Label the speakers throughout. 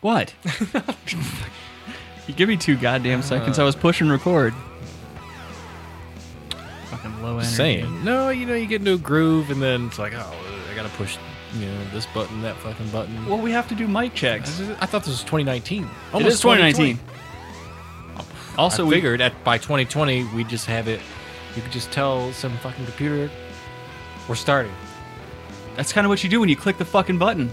Speaker 1: What? you give me two goddamn seconds. I
Speaker 2: Uh.
Speaker 1: was pushing record. Fucking low energy.
Speaker 2: Saying no, you know, you get into a groove, and then it's like, oh, I gotta push, you know, this button, that fucking button.
Speaker 1: Well, we have to do mic checks.
Speaker 2: I thought this was 2019.
Speaker 1: It is 2019.
Speaker 2: So
Speaker 1: Also,
Speaker 2: we
Speaker 1: we
Speaker 2: Oh, figured at by 2020 we just have it. You could just tell some fucking computer we're starting.
Speaker 1: that's kind of what you do when you click the fucking button.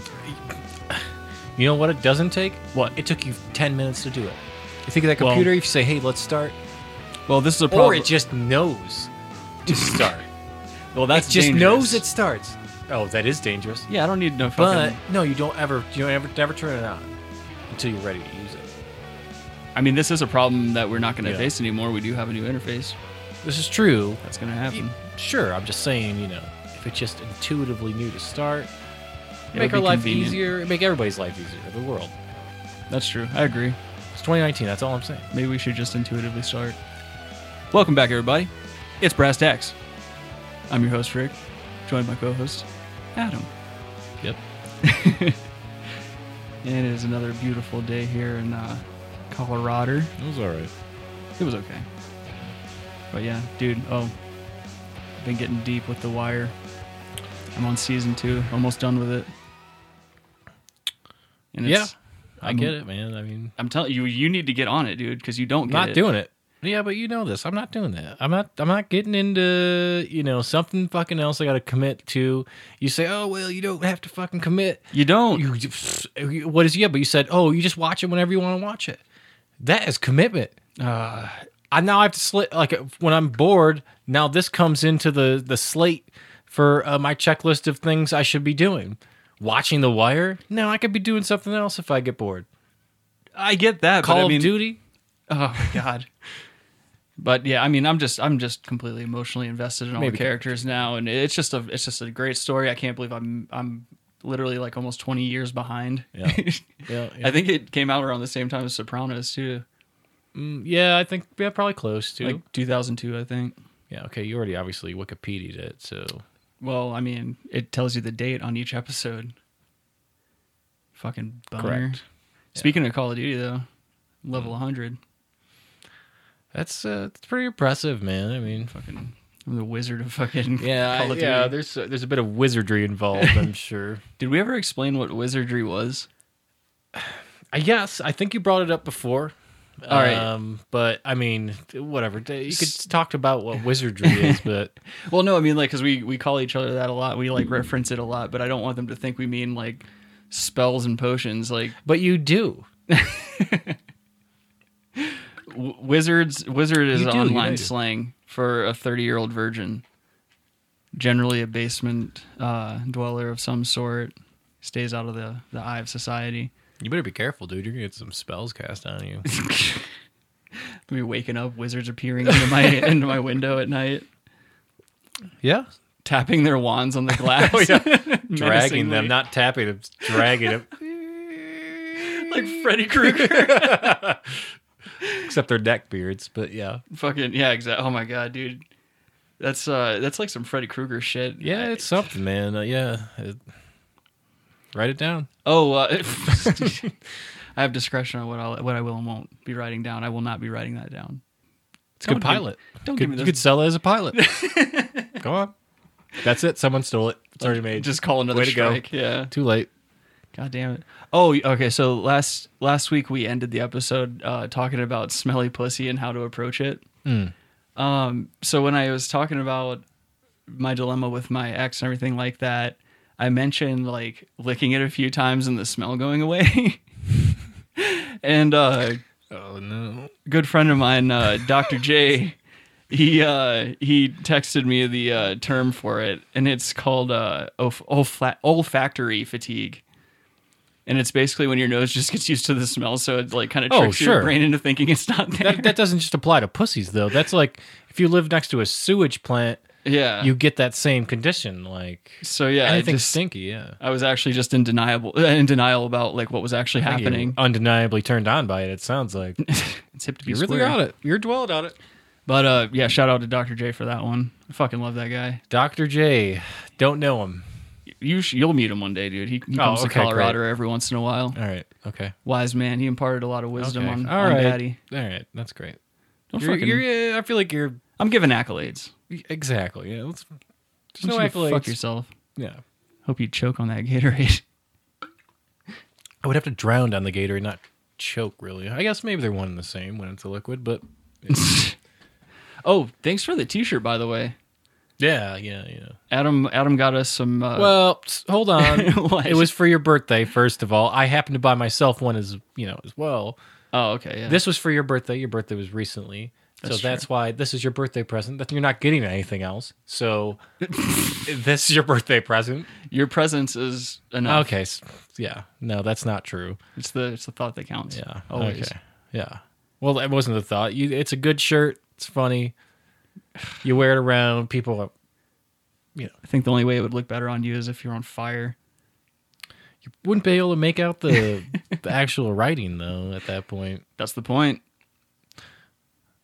Speaker 2: You know what it doesn't take?
Speaker 1: What?
Speaker 2: It took you 10 minutes to do it. You think of that
Speaker 1: Well-
Speaker 2: computer, if you say, hey, let's start,
Speaker 1: Well, this is a problem.
Speaker 2: or it just knows to start.
Speaker 1: well, that's
Speaker 2: it just
Speaker 1: dangerous.
Speaker 2: knows it starts. Oh, that is dangerous.
Speaker 1: Yeah, I don't need no
Speaker 2: But
Speaker 1: fucking.
Speaker 2: no, you don't ever, you don't ever, never turn it on until you're ready to use it.
Speaker 1: I mean, this is a problem that we're not going to
Speaker 2: Yeah.
Speaker 1: face anymore. We do have a new interface.
Speaker 2: This is true.
Speaker 1: That's going to happen.
Speaker 2: Sure, I'm just saying, you know, if it's just intuitively new to start,
Speaker 1: It'll
Speaker 2: make our
Speaker 1: be
Speaker 2: life
Speaker 1: convenient.
Speaker 2: easier, make everybody's life easier, the world.
Speaker 1: That's true. I agree.
Speaker 2: It's 2019. That's all I'm saying.
Speaker 1: Maybe we should just intuitively start. Welcome back, everybody. It's Brass Tacks. I'm your host, Rick, joined by co host, Adam.
Speaker 2: Yep.
Speaker 1: And it is another beautiful day here in uh, Colorado.
Speaker 2: It was all right.
Speaker 1: It was okay. But yeah, dude, oh, been getting deep with The Wire. I'm on season two, almost done with it. And
Speaker 2: Yeah,
Speaker 1: it's-
Speaker 2: I
Speaker 1: I'm-
Speaker 2: get it, man. I mean,
Speaker 1: I'm telling you, you need to get on it, dude, because you don't
Speaker 2: I'm
Speaker 1: get
Speaker 2: not
Speaker 1: it.
Speaker 2: doing it. Yeah, but you know this. I'm not doing that. I'm not. I'm not getting into you know something fucking else. I got to commit to. You say, oh well, you don't have to fucking commit.
Speaker 1: You don't.
Speaker 2: Oh, You, you- what is yeah? But you said, oh, you just watch it whenever you want to watch it. That is commitment.
Speaker 1: Uh,
Speaker 2: I now have to slit like uh, when I'm bored. Now this comes into the the slate for uh, my checklist of things I should be doing. Watching The Wire. No, I could be doing something else if I get bored.
Speaker 1: I get that.
Speaker 2: Call
Speaker 1: but I mean,
Speaker 2: of Duty.
Speaker 1: Oh my god. But yeah, I mean, I'm just I'm just completely emotionally invested in all
Speaker 2: Maybe.
Speaker 1: the characters now, and it's just a it's just a great story. I can't believe I'm I'm literally like almost 20 years behind.
Speaker 2: Yeah. Yeah, yeah.
Speaker 1: I think it came out around the same time as Sopranos too,
Speaker 2: Mm, yeah, I think yeah, probably close to.
Speaker 1: like 2002, I think.
Speaker 2: yeah, okay. You already obviously Wikipedia'd it, so
Speaker 1: Well, I mean, it tells you the date on each episode. Fucking bummer.
Speaker 2: Correct. Mm.
Speaker 1: Speaking of Call of Duty though, level 100,
Speaker 2: that's uh, it's pretty impressive, man. I mean,
Speaker 1: fucking I'm the wizard of fucking
Speaker 2: yeah,
Speaker 1: Call of
Speaker 2: yeah.
Speaker 1: Duty.
Speaker 2: There's uh, there's a bit of wizardry involved, I'm sure.
Speaker 1: Did we ever explain what wizardry was?
Speaker 2: I guess I think you brought it up before.
Speaker 1: All right.
Speaker 2: um, but I mean, whatever. You could talk about what wizardry is, but
Speaker 1: Well, no, I mean like because we we call each other that a lot. We like reference it a lot, but I don't want them to think we mean like spells and potions. Like
Speaker 2: but you do.
Speaker 1: w- wizards, wizard is
Speaker 2: You do, you
Speaker 1: online
Speaker 2: do.
Speaker 1: slang for a thirty-year-old virgin, generally a basement uh, dweller of some sort, stays out of the the eye of society.
Speaker 2: You better be careful, dude. You're gonna get some spells cast on you.
Speaker 1: Me waking up, wizards appearing into my into my window at night,
Speaker 2: yeah,
Speaker 1: tapping their wands on the glass,
Speaker 2: Oh, dragging them,
Speaker 1: menacingly,
Speaker 2: not tapping them, dragging them.
Speaker 1: like Freddy Krueger.
Speaker 2: Except their neck beards, but yeah,
Speaker 1: Fucking yeah, exactly. Oh my god, dude, that's uh, that's like some Freddy Krueger shit.
Speaker 2: yeah,
Speaker 1: I-
Speaker 2: it's something, man. Uh, yeah, It- write it down.
Speaker 1: oh, uh, I have discretion on what I what I will and won't be writing down. I will not be writing that down.
Speaker 2: It's a good
Speaker 1: Don't give-
Speaker 2: pilot.
Speaker 1: don't
Speaker 2: Could-
Speaker 1: give me
Speaker 2: You
Speaker 1: this.
Speaker 2: could sell it as a pilot. Go on. That's it. Someone stole it. It's already made.
Speaker 1: Just call another
Speaker 2: Way to go.
Speaker 1: strike. Yeah.
Speaker 2: too late.
Speaker 1: God damn it. Oh, okay. So last last week we ended the episode uh, talking about smelly pussy and how to approach it. Um, so when I was talking about my dilemma with my ex and everything like that, I mentioned like licking it a few times and the smell going away. and uh,
Speaker 2: Oh no.
Speaker 1: good friend of mine, uh, Dr. J, he uh, he texted me the uh, term for it, and it's called uh, olf- olfa- olfactory fatigue. And it's basically when your nose just gets used to the smell, so it like kind of
Speaker 2: Oh,
Speaker 1: tricks your
Speaker 2: sure.
Speaker 1: brain into thinking it's not there.
Speaker 2: That, that doesn't just apply to pussies though. That's like if you live next to a sewage plant,
Speaker 1: yeah.
Speaker 2: you get that same condition. Like
Speaker 1: so yeah, I,
Speaker 2: anything
Speaker 1: just,
Speaker 2: stinky, yeah.
Speaker 1: I was actually just in deniable in denial about like what was actually
Speaker 2: I think you're
Speaker 1: happening.
Speaker 2: Undeniably turned on by it. It sounds like
Speaker 1: It's hip to be square.
Speaker 2: it. You're dwelled on it.
Speaker 1: But uh, yeah, shout out to Dr. J for that one. I fucking love that guy.
Speaker 2: Doctor J, don't know him.
Speaker 1: You sh- you'll meet him one day, dude. He, he
Speaker 2: Oh,
Speaker 1: comes to
Speaker 2: okay,
Speaker 1: Colorado every once in a while.
Speaker 2: All right. Okay.
Speaker 1: Wise man. He imparted a lot of wisdom
Speaker 2: okay.
Speaker 1: on,
Speaker 2: All
Speaker 1: on
Speaker 2: right.
Speaker 1: Daddy.
Speaker 2: All right. That's great.
Speaker 1: Don't
Speaker 2: You're-
Speaker 1: fucking-
Speaker 2: you're- yeah, I feel like you're
Speaker 1: I'm giving accolades.
Speaker 2: exactly. Yeah. Let's, there's
Speaker 1: Why
Speaker 2: no
Speaker 1: don't you
Speaker 2: accolades.
Speaker 1: Fuck yourself.
Speaker 2: Yeah.
Speaker 1: Hope you choke on that Gatorade.
Speaker 2: I would have to drown down the Gatorade, not choke. Really. I guess maybe they're one and the same when it's a liquid, but
Speaker 1: oh, thanks for the T-shirt, by the way.
Speaker 2: yeah, yeah, yeah.
Speaker 1: Adam Adam got us some. Uh,
Speaker 2: Well, s- hold on.
Speaker 1: What?
Speaker 2: it was for your birthday, first of all. I happened to buy myself one as you know as well.
Speaker 1: oh, okay. Yeah.
Speaker 2: This was for your birthday. Your birthday was recently, so
Speaker 1: That's true.
Speaker 2: that's why this is your birthday present. That you're not getting anything else. So this is your birthday present.
Speaker 1: your presence is enough.
Speaker 2: Okay. s- Yeah. No, that's not true.
Speaker 1: It's the it's the thought that counts.
Speaker 2: Yeah.
Speaker 1: Always.
Speaker 2: Okay. Yeah. Well, that wasn't the thought. You, it's a good shirt. It's funny. You wear it around. People, are-
Speaker 1: I think the only way it would look better on you is if you're on fire.
Speaker 2: you wouldn't be able to make out the the actual writing though. At that point,
Speaker 1: That's the point.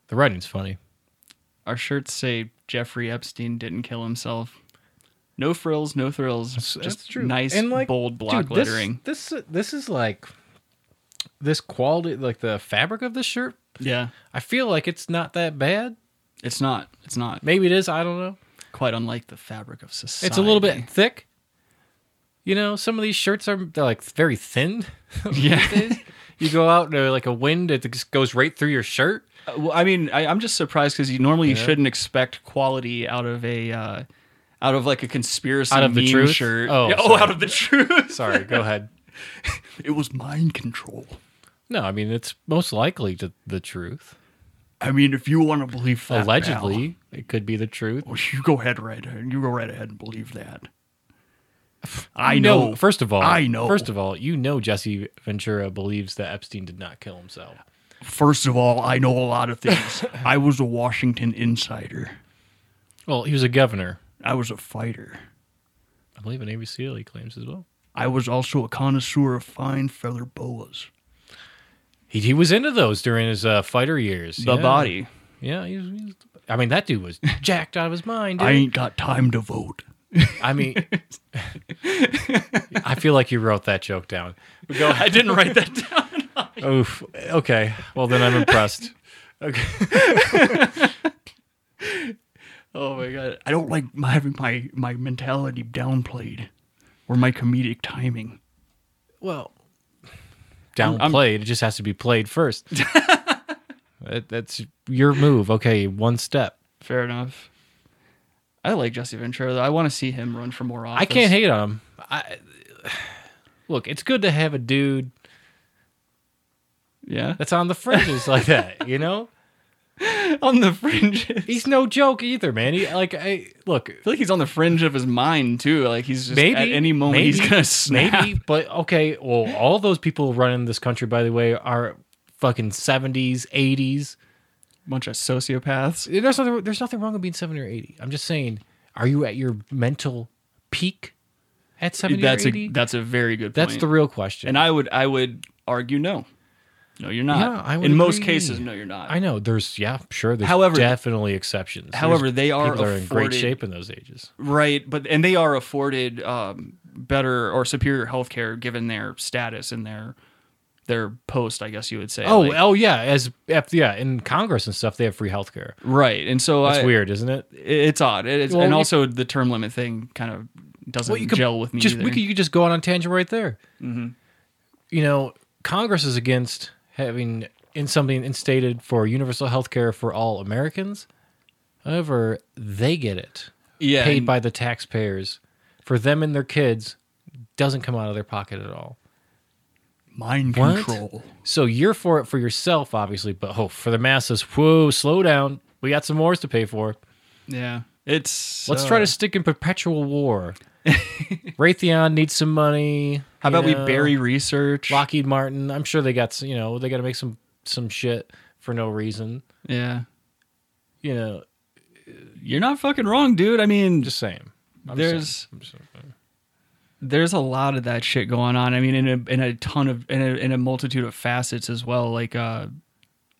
Speaker 2: the writing's funny.
Speaker 1: Our shirts say Jeffrey Epstein didn't kill himself. No frills, no thrills. just nice, bold block
Speaker 2: dude, this-
Speaker 1: lettering.
Speaker 2: This, this is like this quality, like the fabric of this shirt.
Speaker 1: Yeah,
Speaker 2: I feel like it's not that bad.
Speaker 1: it's not. It's not
Speaker 2: Maybe it is. I don't know.
Speaker 1: quite unlike the fabric of society.
Speaker 2: It's a little bit thick. You know, some of these shirts are they're like very thin.
Speaker 1: Yeah.
Speaker 2: you go out and they're like a wind, it just goes right through your shirt.
Speaker 1: Uh, well, I mean, I, I'm just surprised because you normally you shouldn't expect quality out of a. Uh, out of like a conspiracy
Speaker 2: Out of the
Speaker 1: meme
Speaker 2: truth?
Speaker 1: shirt.
Speaker 2: Oh,
Speaker 1: Yeah,
Speaker 2: sorry.
Speaker 1: out of the truth.
Speaker 2: Sorry, go ahead.
Speaker 1: It was mind control.
Speaker 2: No, I mean it's most likely to the truth.
Speaker 1: I mean, if you want to believe that, pal,
Speaker 2: Allegedly, it could be the truth.
Speaker 1: well, you go ahead, right? You go right ahead and believe that. I
Speaker 2: You
Speaker 1: know.
Speaker 2: First of all,
Speaker 1: I know.
Speaker 2: First of all, you know Jesse Ventura believes that Epstein did not kill himself.
Speaker 1: First of all, I know a lot of things. I was a Washington insider.
Speaker 2: Well, he was a governor,
Speaker 1: I was a fighter.
Speaker 2: I believe, in Navy SEAL. He E claims as well.
Speaker 1: I was also a connoisseur of fine feather boas.
Speaker 2: He, he was into those during his uh, fighter years.
Speaker 1: The
Speaker 2: yeah.
Speaker 1: body.
Speaker 2: Yeah, he was, he was- I mean, that dude was jacked out of his mind.
Speaker 1: I
Speaker 2: Dude.
Speaker 1: ain't got time to vote.
Speaker 2: I, mean, I feel like you wrote that joke down.
Speaker 1: I didn't write that down.
Speaker 2: Oof. Okay. Well, then I'm impressed. Okay.
Speaker 1: Oh my god. I don't like my, having my, my mentality downplayed or my comedic timing.
Speaker 2: Well, downplayed. It just has to be played first. that, that's your move. Okay, one step.
Speaker 1: Fair enough. I like Jesse Ventura though. I want to see him run for more office.
Speaker 2: I can't hate on him. I, look, it's good to have a dude
Speaker 1: Yeah.
Speaker 2: that's on the fringes like that. You know,
Speaker 1: on the fringe. I
Speaker 2: he's no joke either, man. He like, I look,
Speaker 1: feel like he's on the fringe of his mind too. Like he's just
Speaker 2: maybe
Speaker 1: at any moment
Speaker 2: maybe,
Speaker 1: he's gonna snap.
Speaker 2: Maybe, but okay. Well, all those people running this country, by the way, are fucking seventies, eighties.
Speaker 1: Bunch of sociopaths.
Speaker 2: There's nothing. There's nothing wrong with being seventy or eighty. I'm just saying, are you at your mental peak at seventy
Speaker 1: That's a
Speaker 2: or eighty?
Speaker 1: that's a very good.
Speaker 2: That's
Speaker 1: point.
Speaker 2: the real question.
Speaker 1: and I would I would argue no, no you're not.
Speaker 2: Yeah, I would
Speaker 1: In most
Speaker 2: agree.
Speaker 1: cases, no you're not.
Speaker 2: I know there's yeah, sure. There's
Speaker 1: However-
Speaker 2: definitely exceptions. There's
Speaker 1: however, they are
Speaker 2: people that are in great
Speaker 1: afforded-
Speaker 2: shape in those ages.
Speaker 1: right, but and they are afforded um, better or superior health care given their status and their their post. I guess you would say.
Speaker 2: Oh,
Speaker 1: Like-
Speaker 2: oh yeah, as if- yeah, in Congress and stuff, they have free healthcare.
Speaker 1: right. And so
Speaker 2: That's
Speaker 1: I,
Speaker 2: weird, isn't it?
Speaker 1: It's odd. It- it's,
Speaker 2: Well,
Speaker 1: and
Speaker 2: you-
Speaker 1: also the term limit thing kind of doesn't
Speaker 2: Well, you could
Speaker 1: gel with me
Speaker 2: Just
Speaker 1: either. Mm-hmm.
Speaker 2: we could, you could just go on a tangent right there. You know, Congress is against having in something instated for universal health care for all Americans. However, they get it
Speaker 1: yeah,
Speaker 2: paid
Speaker 1: and-
Speaker 2: by the taxpayers for them and their kids. Doesn't come out of their pocket at all.
Speaker 1: mind
Speaker 2: What?
Speaker 1: control.
Speaker 2: So you're for it for yourself, obviously, but oh, for the masses, whoa, slow down. We got some wars to pay for.
Speaker 1: Yeah, it's.
Speaker 2: Let's try
Speaker 1: uh,
Speaker 2: to stick in perpetual war. Raytheon needs some money.
Speaker 1: How
Speaker 2: you
Speaker 1: about we
Speaker 2: know.
Speaker 1: bury research?
Speaker 2: Lockheed Martin? I'm sure they got s- you know they got to make some some shit for no reason.
Speaker 1: Yeah,
Speaker 2: You know,
Speaker 1: you're not fucking wrong, dude. I mean,
Speaker 2: just saying. I'm just
Speaker 1: There's-
Speaker 2: saying. I'm just saying.
Speaker 1: there's a lot of that shit going on. I mean, in a in a ton of in a in a multitude of facets as well. Like uh,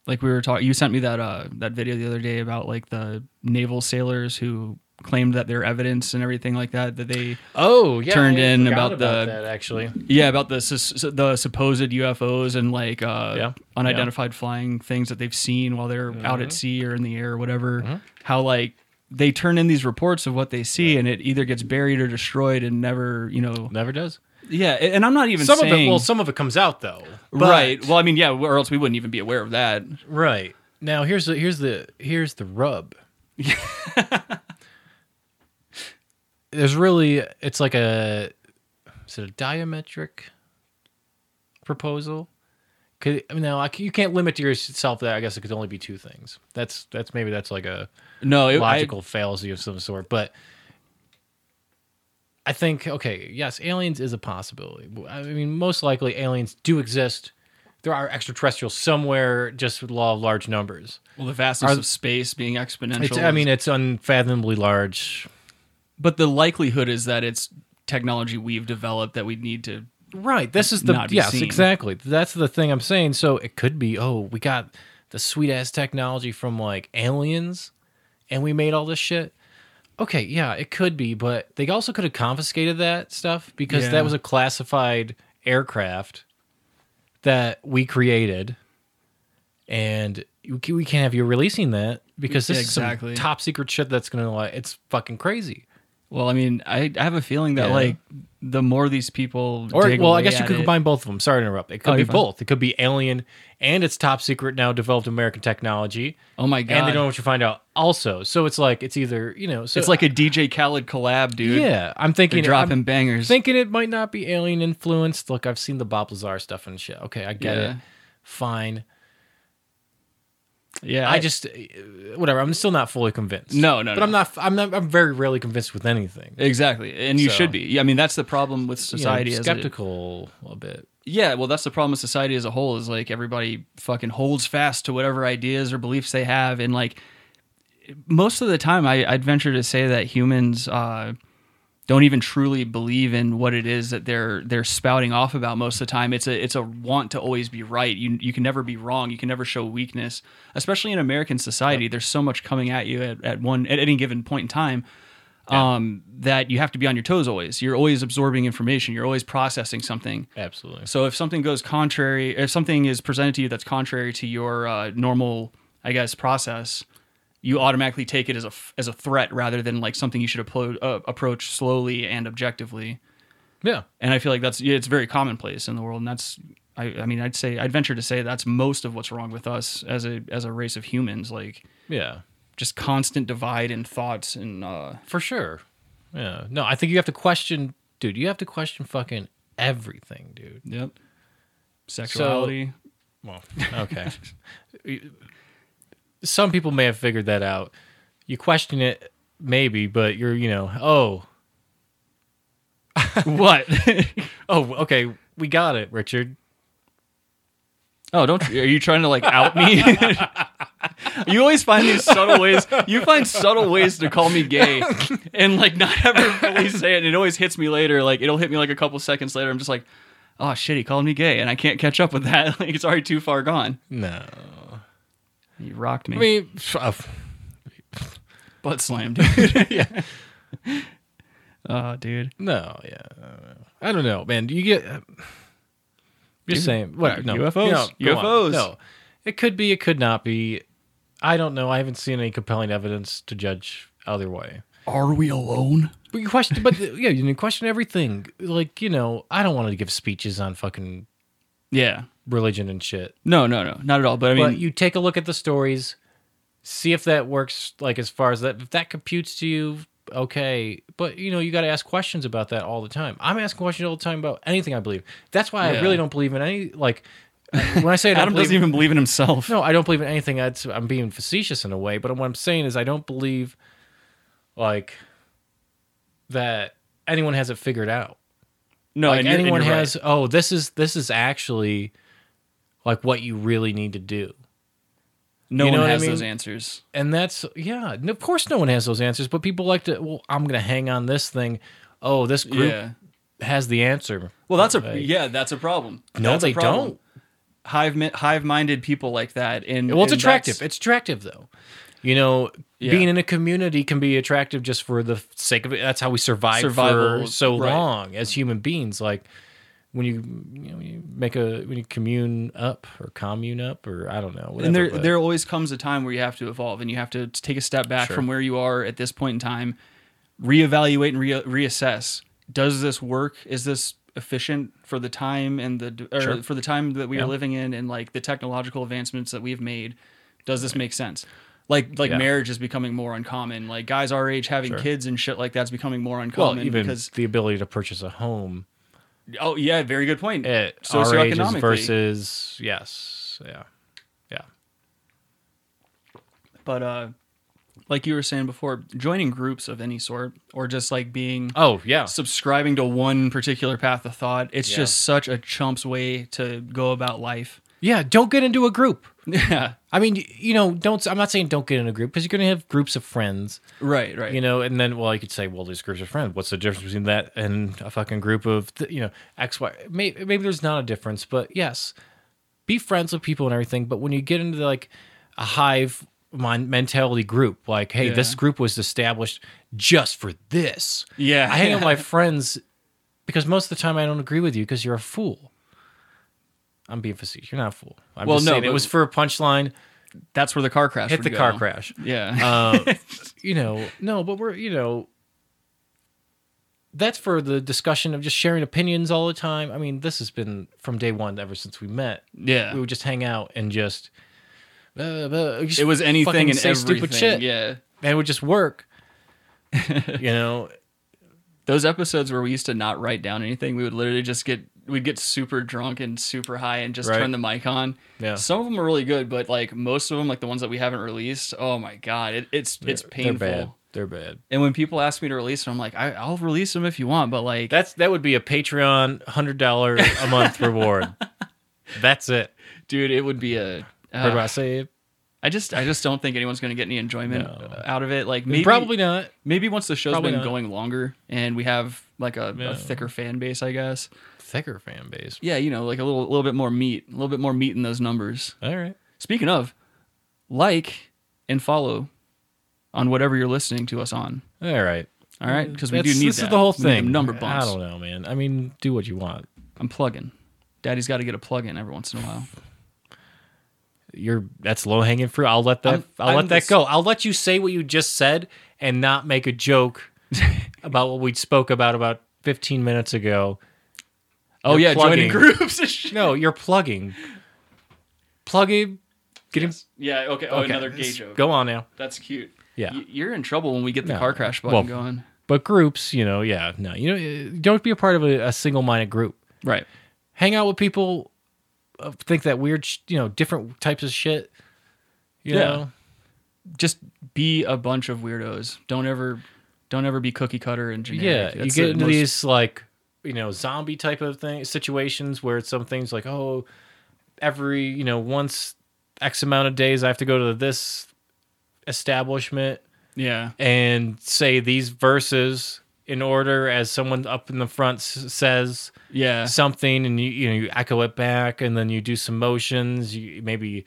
Speaker 1: like we were talking. You sent me that uh that video the other day about like the naval sailors who claimed that their evidence and everything like that that they
Speaker 2: Oh, yeah.
Speaker 1: Turned
Speaker 2: I
Speaker 1: in
Speaker 2: forgot
Speaker 1: about the-
Speaker 2: that actually.
Speaker 1: yeah about the sus- the supposed UFOs and like uh,
Speaker 2: Yeah.
Speaker 1: unidentified flying things that they've seen while they're out at sea or in the air or whatever. How like they turn in these reports of what they see and it either gets buried or destroyed and never you know
Speaker 2: Never does.
Speaker 1: yeah and and I'm not even
Speaker 2: Some
Speaker 1: saying
Speaker 2: of it well, some of it comes out though. But-
Speaker 1: right well I mean yeah or else we wouldn't even be aware of that
Speaker 2: Right. Now here's the here's the here's the rub. There's really it's like a is it a diametric proposal? 'Cause- I mean, now I c- you can't limit to yourself that I guess it could only be two things. That's that's maybe that's like a
Speaker 1: no it, I-
Speaker 2: logical fallacy of some sort, but I think okay, yes, aliens is a possibility. I mean, most likely aliens do exist. There are extraterrestrials somewhere, just with law of large numbers.
Speaker 1: well the vastness
Speaker 2: Are-
Speaker 1: of space being exponential
Speaker 2: It's, I
Speaker 1: is-
Speaker 2: mean, it's unfathomably large.
Speaker 1: but the likelihood is that it's technology we've developed that we need to
Speaker 2: Right. This is the
Speaker 1: Not be
Speaker 2: yes,
Speaker 1: seen.
Speaker 2: exactly. That's the thing I'm saying. So it could be, oh, we got the sweet ass technology from like aliens, and we made all this shit. Okay, yeah, it could be, but they also could have confiscated that stuff because
Speaker 1: Yeah.
Speaker 2: that was a classified aircraft that we created, and you ca- we can't have you releasing that because this
Speaker 1: Exactly.
Speaker 2: is some top secret shit that's gonna like it's fucking crazy.
Speaker 1: Well, I mean, I, I have a feeling that
Speaker 2: Yeah.
Speaker 1: like the more these people,
Speaker 2: Or
Speaker 1: dig
Speaker 2: well, I
Speaker 1: away
Speaker 2: guess you
Speaker 1: at
Speaker 2: could
Speaker 1: it-
Speaker 2: combine both of them. Sorry to interrupt. It could
Speaker 1: Oh,
Speaker 2: be
Speaker 1: you're fine.
Speaker 2: both. It could be alien and it's top secret now developed American technology,
Speaker 1: Oh my god!
Speaker 2: and they don't know what you find out. Also, so it's like it's either you know, so
Speaker 1: it's like a DJ Khaled collab, dude.
Speaker 2: yeah. I'm
Speaker 1: they're
Speaker 2: thinking
Speaker 1: dropping
Speaker 2: I'm
Speaker 1: bangers.
Speaker 2: thinking it might not be alien influenced. Look, I've seen the Bob Lazar stuff and shit. Okay, I get
Speaker 1: Yeah.
Speaker 2: it. Fine.
Speaker 1: yeah,
Speaker 2: I just uh, whatever. I'm still not fully convinced.
Speaker 1: No, no,
Speaker 2: But
Speaker 1: no.
Speaker 2: I'm not. I'm not. I'm very rarely convinced with anything.
Speaker 1: exactly, and you
Speaker 2: So-
Speaker 1: should be. Yeah, I mean, that's the problem with
Speaker 2: You know,
Speaker 1: society. as a-
Speaker 2: skeptical a bit.
Speaker 1: yeah, well, that's the problem with society as a whole. Is like everybody fucking holds fast to whatever ideas or beliefs they have, and like most of the time, I, I'd venture to say that humans. Uh, don't even truly believe in what it is that they're they're spouting off about most of the time. It's a it's a want to always be right. You you can never be wrong. You can never show weakness, especially in American society. There's so much coming at you at, at one at any given point in time. Um, that you have to be on your toes always. You're always absorbing information. You're always processing something.
Speaker 2: Absolutely.
Speaker 1: So if something goes contrary, if something is presented to you that's contrary to your uh, normal, I guess, process, you automatically take it as a f- as a threat rather than like something you should appro- uh, approach slowly and objectively.
Speaker 2: Yeah.
Speaker 1: And I feel like that's yeah, it's very commonplace in the world, and that's. I, I mean, I'd say I'd venture to say that's most of what's wrong with us as a as a race of humans, like
Speaker 2: Yeah.
Speaker 1: just constant divide in thoughts and uh,
Speaker 2: For sure. Yeah. No, I think you have to question, dude, you have to question fucking everything, dude.
Speaker 1: yep, sexuality.
Speaker 2: Well, okay. Some people may have figured that out. You question it, maybe, but you're, you know, oh,
Speaker 1: what?
Speaker 2: oh, okay, we got it, Richard.
Speaker 1: Oh, don't! Are you trying to like out me? you always find these subtle ways. You find subtle ways to call me gay, and like not ever fully say it. It always hits me later. Like it'll hit me like a couple seconds later. I'm just like, oh shit, he called me gay, and I can't catch up with that. Like it's already too far gone.
Speaker 2: No.
Speaker 1: You rocked me,
Speaker 2: I mean, uh,
Speaker 1: butt slammed. dude.
Speaker 2: Yeah.
Speaker 1: Oh, dude.
Speaker 2: no, yeah. I don't know, man. You get. Just saying, whatever. No,
Speaker 1: UFOs?
Speaker 2: you know, go on.
Speaker 1: UFOs.
Speaker 2: No, it could be. It could not be. I don't know. I haven't seen any compelling evidence to judge other way.
Speaker 1: Are we alone?
Speaker 2: But you question, but yeah, you question everything. Like you know, I don't want to give speeches on fucking
Speaker 1: Yeah.
Speaker 2: religion and shit.
Speaker 1: No, no, no, not at all. But I mean,
Speaker 2: but you take a look at the stories, see if that works. Like as far as that, if that computes to you, okay. But you know, you got to ask questions about that all the time. I'm asking questions all the time about anything I believe. That's why
Speaker 1: Yeah.
Speaker 2: I really don't believe in any. Like uh, when I say I don't
Speaker 1: Adam
Speaker 2: believe,
Speaker 1: doesn't even believe in himself.
Speaker 2: No, I don't believe in anything. That's, I'm being facetious in a way, but what I'm saying is I don't believe like that anyone has it figured out.
Speaker 1: No,
Speaker 2: Like
Speaker 1: and you're- and
Speaker 2: anyone
Speaker 1: you're right.
Speaker 2: has, oh, this is this is actually like what you really need to do.
Speaker 1: No
Speaker 2: you know
Speaker 1: one
Speaker 2: what I
Speaker 1: has
Speaker 2: mean?
Speaker 1: those answers.
Speaker 2: And that's yeah, n- of course no one has those answers, but people like to, well, I'm going to hang on this thing. Oh, this group
Speaker 1: Yeah.
Speaker 2: has the answer.
Speaker 1: Well, that's a
Speaker 2: Right.
Speaker 1: yeah, that's a problem.
Speaker 2: No,
Speaker 1: That's a
Speaker 2: they
Speaker 1: problem.
Speaker 2: don't.
Speaker 1: Hive hive minded people like that, and
Speaker 2: Well, it's
Speaker 1: and
Speaker 2: attractive.
Speaker 1: that's-
Speaker 2: It's attractive though. You know,
Speaker 1: Yeah.
Speaker 2: being in a community can be attractive just for the sake of it. That's how we survive
Speaker 1: Survival,
Speaker 2: for so
Speaker 1: right.
Speaker 2: long as human beings. Like when you, you know, when you make a when you commune up or commune up or I don't know. Whatever,
Speaker 1: and there
Speaker 2: but-
Speaker 1: there always comes a time where you have to evolve and you have to take a step back
Speaker 2: Sure.
Speaker 1: from where you are at this point in time reevaluate and re- reassess does this work is this efficient for the time and the or
Speaker 2: Sure.
Speaker 1: for the time that we
Speaker 2: Yeah.
Speaker 1: are living in and like the technological advancements that we've made does this make sense like like
Speaker 2: Yeah.
Speaker 1: marriage is becoming more uncommon like guys our age having kids and shit like that's becoming more
Speaker 2: well,
Speaker 1: uncommon
Speaker 2: even
Speaker 1: because
Speaker 2: the ability to purchase a home
Speaker 1: oh yeah very good point
Speaker 2: at our ages
Speaker 1: Eh, socioeconomically
Speaker 2: versus yes, yeah, yeah,
Speaker 1: but uh like you were saying before joining groups of any sort or just like being
Speaker 2: oh yeah,
Speaker 1: subscribing to one particular path of thought. It's
Speaker 2: Yeah.
Speaker 1: just such a chump's way to go about life.
Speaker 2: yeah. Don't get into a group.
Speaker 1: Yeah.
Speaker 2: I mean, y- you know, don't. I'm not saying don't get in a group because you're going to have groups of friends,
Speaker 1: Right, right.
Speaker 2: you know. And then, well, you could say, well, there's groups of friends. What's the difference between that and a fucking group of, th- you know, X, Y? Maybe, maybe there's not a difference, but yes, be friends with people and everything. But when you get into like a hive mon- mentality group, like, hey, this
Speaker 1: Yeah.
Speaker 2: group was established just for this.
Speaker 1: Yeah.
Speaker 2: I hang out with my friends because most of the time I don't agree with you because you're a fool. I'm being facetious. You're not a fool. I'm
Speaker 1: Well,
Speaker 2: just
Speaker 1: no,
Speaker 2: saying it
Speaker 1: but-
Speaker 2: was for a punchline
Speaker 1: That's where the car crash
Speaker 2: hit
Speaker 1: would
Speaker 2: the
Speaker 1: go.
Speaker 2: car crash.
Speaker 1: Yeah.
Speaker 2: Um, you know, no, but we're you know, that's for the discussion of just sharing opinions all the time. I mean, this has been from day one ever since we met.
Speaker 1: yeah.
Speaker 2: We would just hang out and just, uh, uh, just
Speaker 1: it was anything
Speaker 2: fucking
Speaker 1: and
Speaker 2: say
Speaker 1: everything.
Speaker 2: stupid shit,
Speaker 1: Yeah.
Speaker 2: and it would just work. you know,
Speaker 1: Those episodes where we used to not write down anything, we would literally just get we'd get super drunk and super high and just
Speaker 2: Right.
Speaker 1: turn the mic on.
Speaker 2: Yeah.
Speaker 1: Some of them are really good, but like most of them, like the ones that we haven't released, oh my god, it, it's it's
Speaker 2: They're-
Speaker 1: painful.
Speaker 2: They're bad. They're bad.
Speaker 1: And when people ask me to release them, I'm like, I, I'll release them if you want, but like
Speaker 2: That's that would be a Patreon hundred dollar a month reward. That's it.
Speaker 1: dude, it would be a
Speaker 2: Heard
Speaker 1: uh,
Speaker 2: what I say?
Speaker 1: I just I just don't think anyone's going to get any enjoyment
Speaker 2: No.
Speaker 1: out of it. Like maybe
Speaker 2: Probably not.
Speaker 1: maybe once the show's
Speaker 2: probably
Speaker 1: been
Speaker 2: not.
Speaker 1: going longer and we have like a,
Speaker 2: Yeah.
Speaker 1: a thicker fan base, I guess.
Speaker 2: Thicker fan base.
Speaker 1: Yeah, you know, like a little little bit more meat, a little bit more meat in those numbers.
Speaker 2: All right.
Speaker 1: Speaking of, like and follow on whatever you're listening to us on.
Speaker 2: All right.
Speaker 1: All right, because we do
Speaker 2: That's-
Speaker 1: need
Speaker 2: this is
Speaker 1: that.
Speaker 2: the whole
Speaker 1: We need
Speaker 2: thing.
Speaker 1: them number
Speaker 2: I
Speaker 1: bumps.
Speaker 2: don't know, man. I mean, do what you want.
Speaker 1: I'm plugging. Daddy's got to get a plug in every once in a while.
Speaker 2: You're that's low hanging fruit. I'll let that.
Speaker 1: I'm-
Speaker 2: i will
Speaker 1: I'm
Speaker 2: let that
Speaker 1: this-
Speaker 2: go. I'll let you say what you just said and not make a joke about what we spoke about about 15 minutes ago.
Speaker 1: Oh
Speaker 2: You're
Speaker 1: yeah,
Speaker 2: plugging.
Speaker 1: joining groups. and shit.
Speaker 2: No, you're plugging. Plugging. Getting.
Speaker 1: Yeah. Okay. Oh,
Speaker 2: okay.
Speaker 1: another gay joke.
Speaker 2: Go on now.
Speaker 1: That's cute.
Speaker 2: Yeah.
Speaker 1: Y- you're in trouble when we get the
Speaker 2: No.
Speaker 1: car crash button
Speaker 2: Well,
Speaker 1: going.
Speaker 2: But groups, you know, yeah, no, you know, don't be a part of a, a single-minded group.
Speaker 1: Right.
Speaker 2: Hang out with people, uh, think that weird, sh- you know, different types of shit. You
Speaker 1: Yeah.
Speaker 2: know,
Speaker 1: Just be a bunch of weirdos. Don't ever, don't ever be cookie cutter and generic.
Speaker 2: yeah, you
Speaker 1: That's
Speaker 2: get
Speaker 1: the
Speaker 2: into
Speaker 1: most-
Speaker 2: these like, you know, zombie type of thing situations where it's some things like, oh, every you know, once X amount of days I have to go to this establishment
Speaker 1: Yeah.
Speaker 2: and say these verses in order as someone up in the front s- says.
Speaker 1: Yeah.
Speaker 2: something and you you know you echo it back and then you do some motions you maybe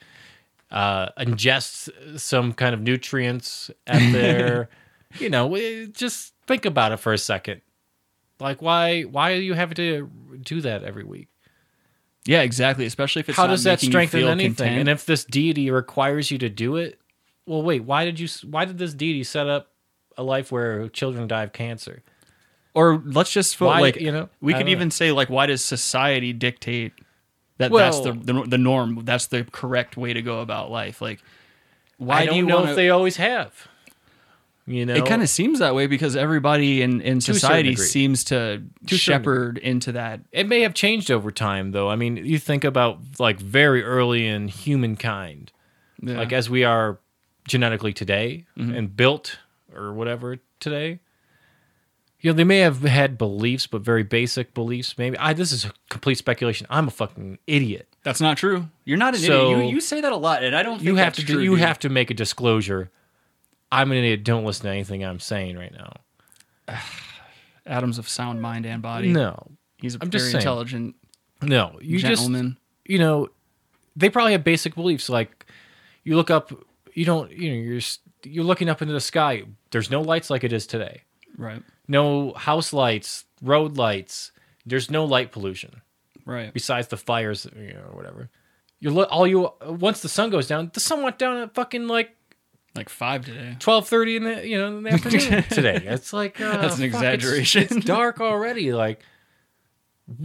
Speaker 2: uh ingest some kind of nutrients out there you know eh, just think about it for a second like why why do you have to do that every week
Speaker 1: Yeah. Exactly. Especially if it's
Speaker 2: how
Speaker 1: not
Speaker 2: does that
Speaker 1: making you
Speaker 2: strengthen
Speaker 1: feel
Speaker 2: anything
Speaker 1: content.
Speaker 2: and if this deity requires you to do it well wait why did you s- why did this deity set up a life where children die of cancer
Speaker 1: or let's just fo-
Speaker 2: Why,
Speaker 1: like
Speaker 2: you know,
Speaker 1: we
Speaker 2: I
Speaker 1: could
Speaker 2: don't
Speaker 1: even say like why does society dictate that
Speaker 2: Well-
Speaker 1: that's the, the the norm that's the correct way to go about life like why
Speaker 2: i don't
Speaker 1: do you
Speaker 2: know
Speaker 1: wanna-
Speaker 2: if they always have you know
Speaker 1: It kind of seems that way because everybody in, in
Speaker 2: a certain
Speaker 1: society
Speaker 2: degree.
Speaker 1: seems to
Speaker 2: a certain
Speaker 1: shepherd into that.
Speaker 2: It may have changed over time, though. I mean, you think about like very early in humankind,
Speaker 1: Yeah. Mm-hmm.
Speaker 2: like as we are genetically today and built or whatever today. You know, they may have had beliefs, but very basic beliefs. Maybe I. This is a complete speculation. I'm a fucking idiot.
Speaker 1: That's not true. You're not an
Speaker 2: So-
Speaker 1: idiot. You, you say that a lot, and I don't. Think
Speaker 2: You have
Speaker 1: that's
Speaker 2: to.
Speaker 1: True,
Speaker 2: do, you
Speaker 1: dude.
Speaker 2: have to make a disclosure. I'm an idiot. Don't listen to anything I'm saying right now.
Speaker 1: Adam's of sound mind and body.
Speaker 2: No,
Speaker 1: he's a
Speaker 2: I'm
Speaker 1: very
Speaker 2: just saying.
Speaker 1: intelligent
Speaker 2: no. You just
Speaker 1: gentleman.
Speaker 2: you know, they probably have basic beliefs. Like you look up, you don't, you know, you're s- you're looking up into the sky. There's no lights like it is today.
Speaker 1: Right.
Speaker 2: No house lights, road lights. There's no light pollution
Speaker 1: Right.
Speaker 2: besides the fires, you know, or whatever. You're lo- all you once the sun goes down. The sun went down at fucking like
Speaker 1: Like five today.
Speaker 2: twelve thirty in the you know in the afternoon today. It's like uh,
Speaker 1: That's an
Speaker 2: fuck,
Speaker 1: exaggeration.
Speaker 2: It's, it's dark already. Like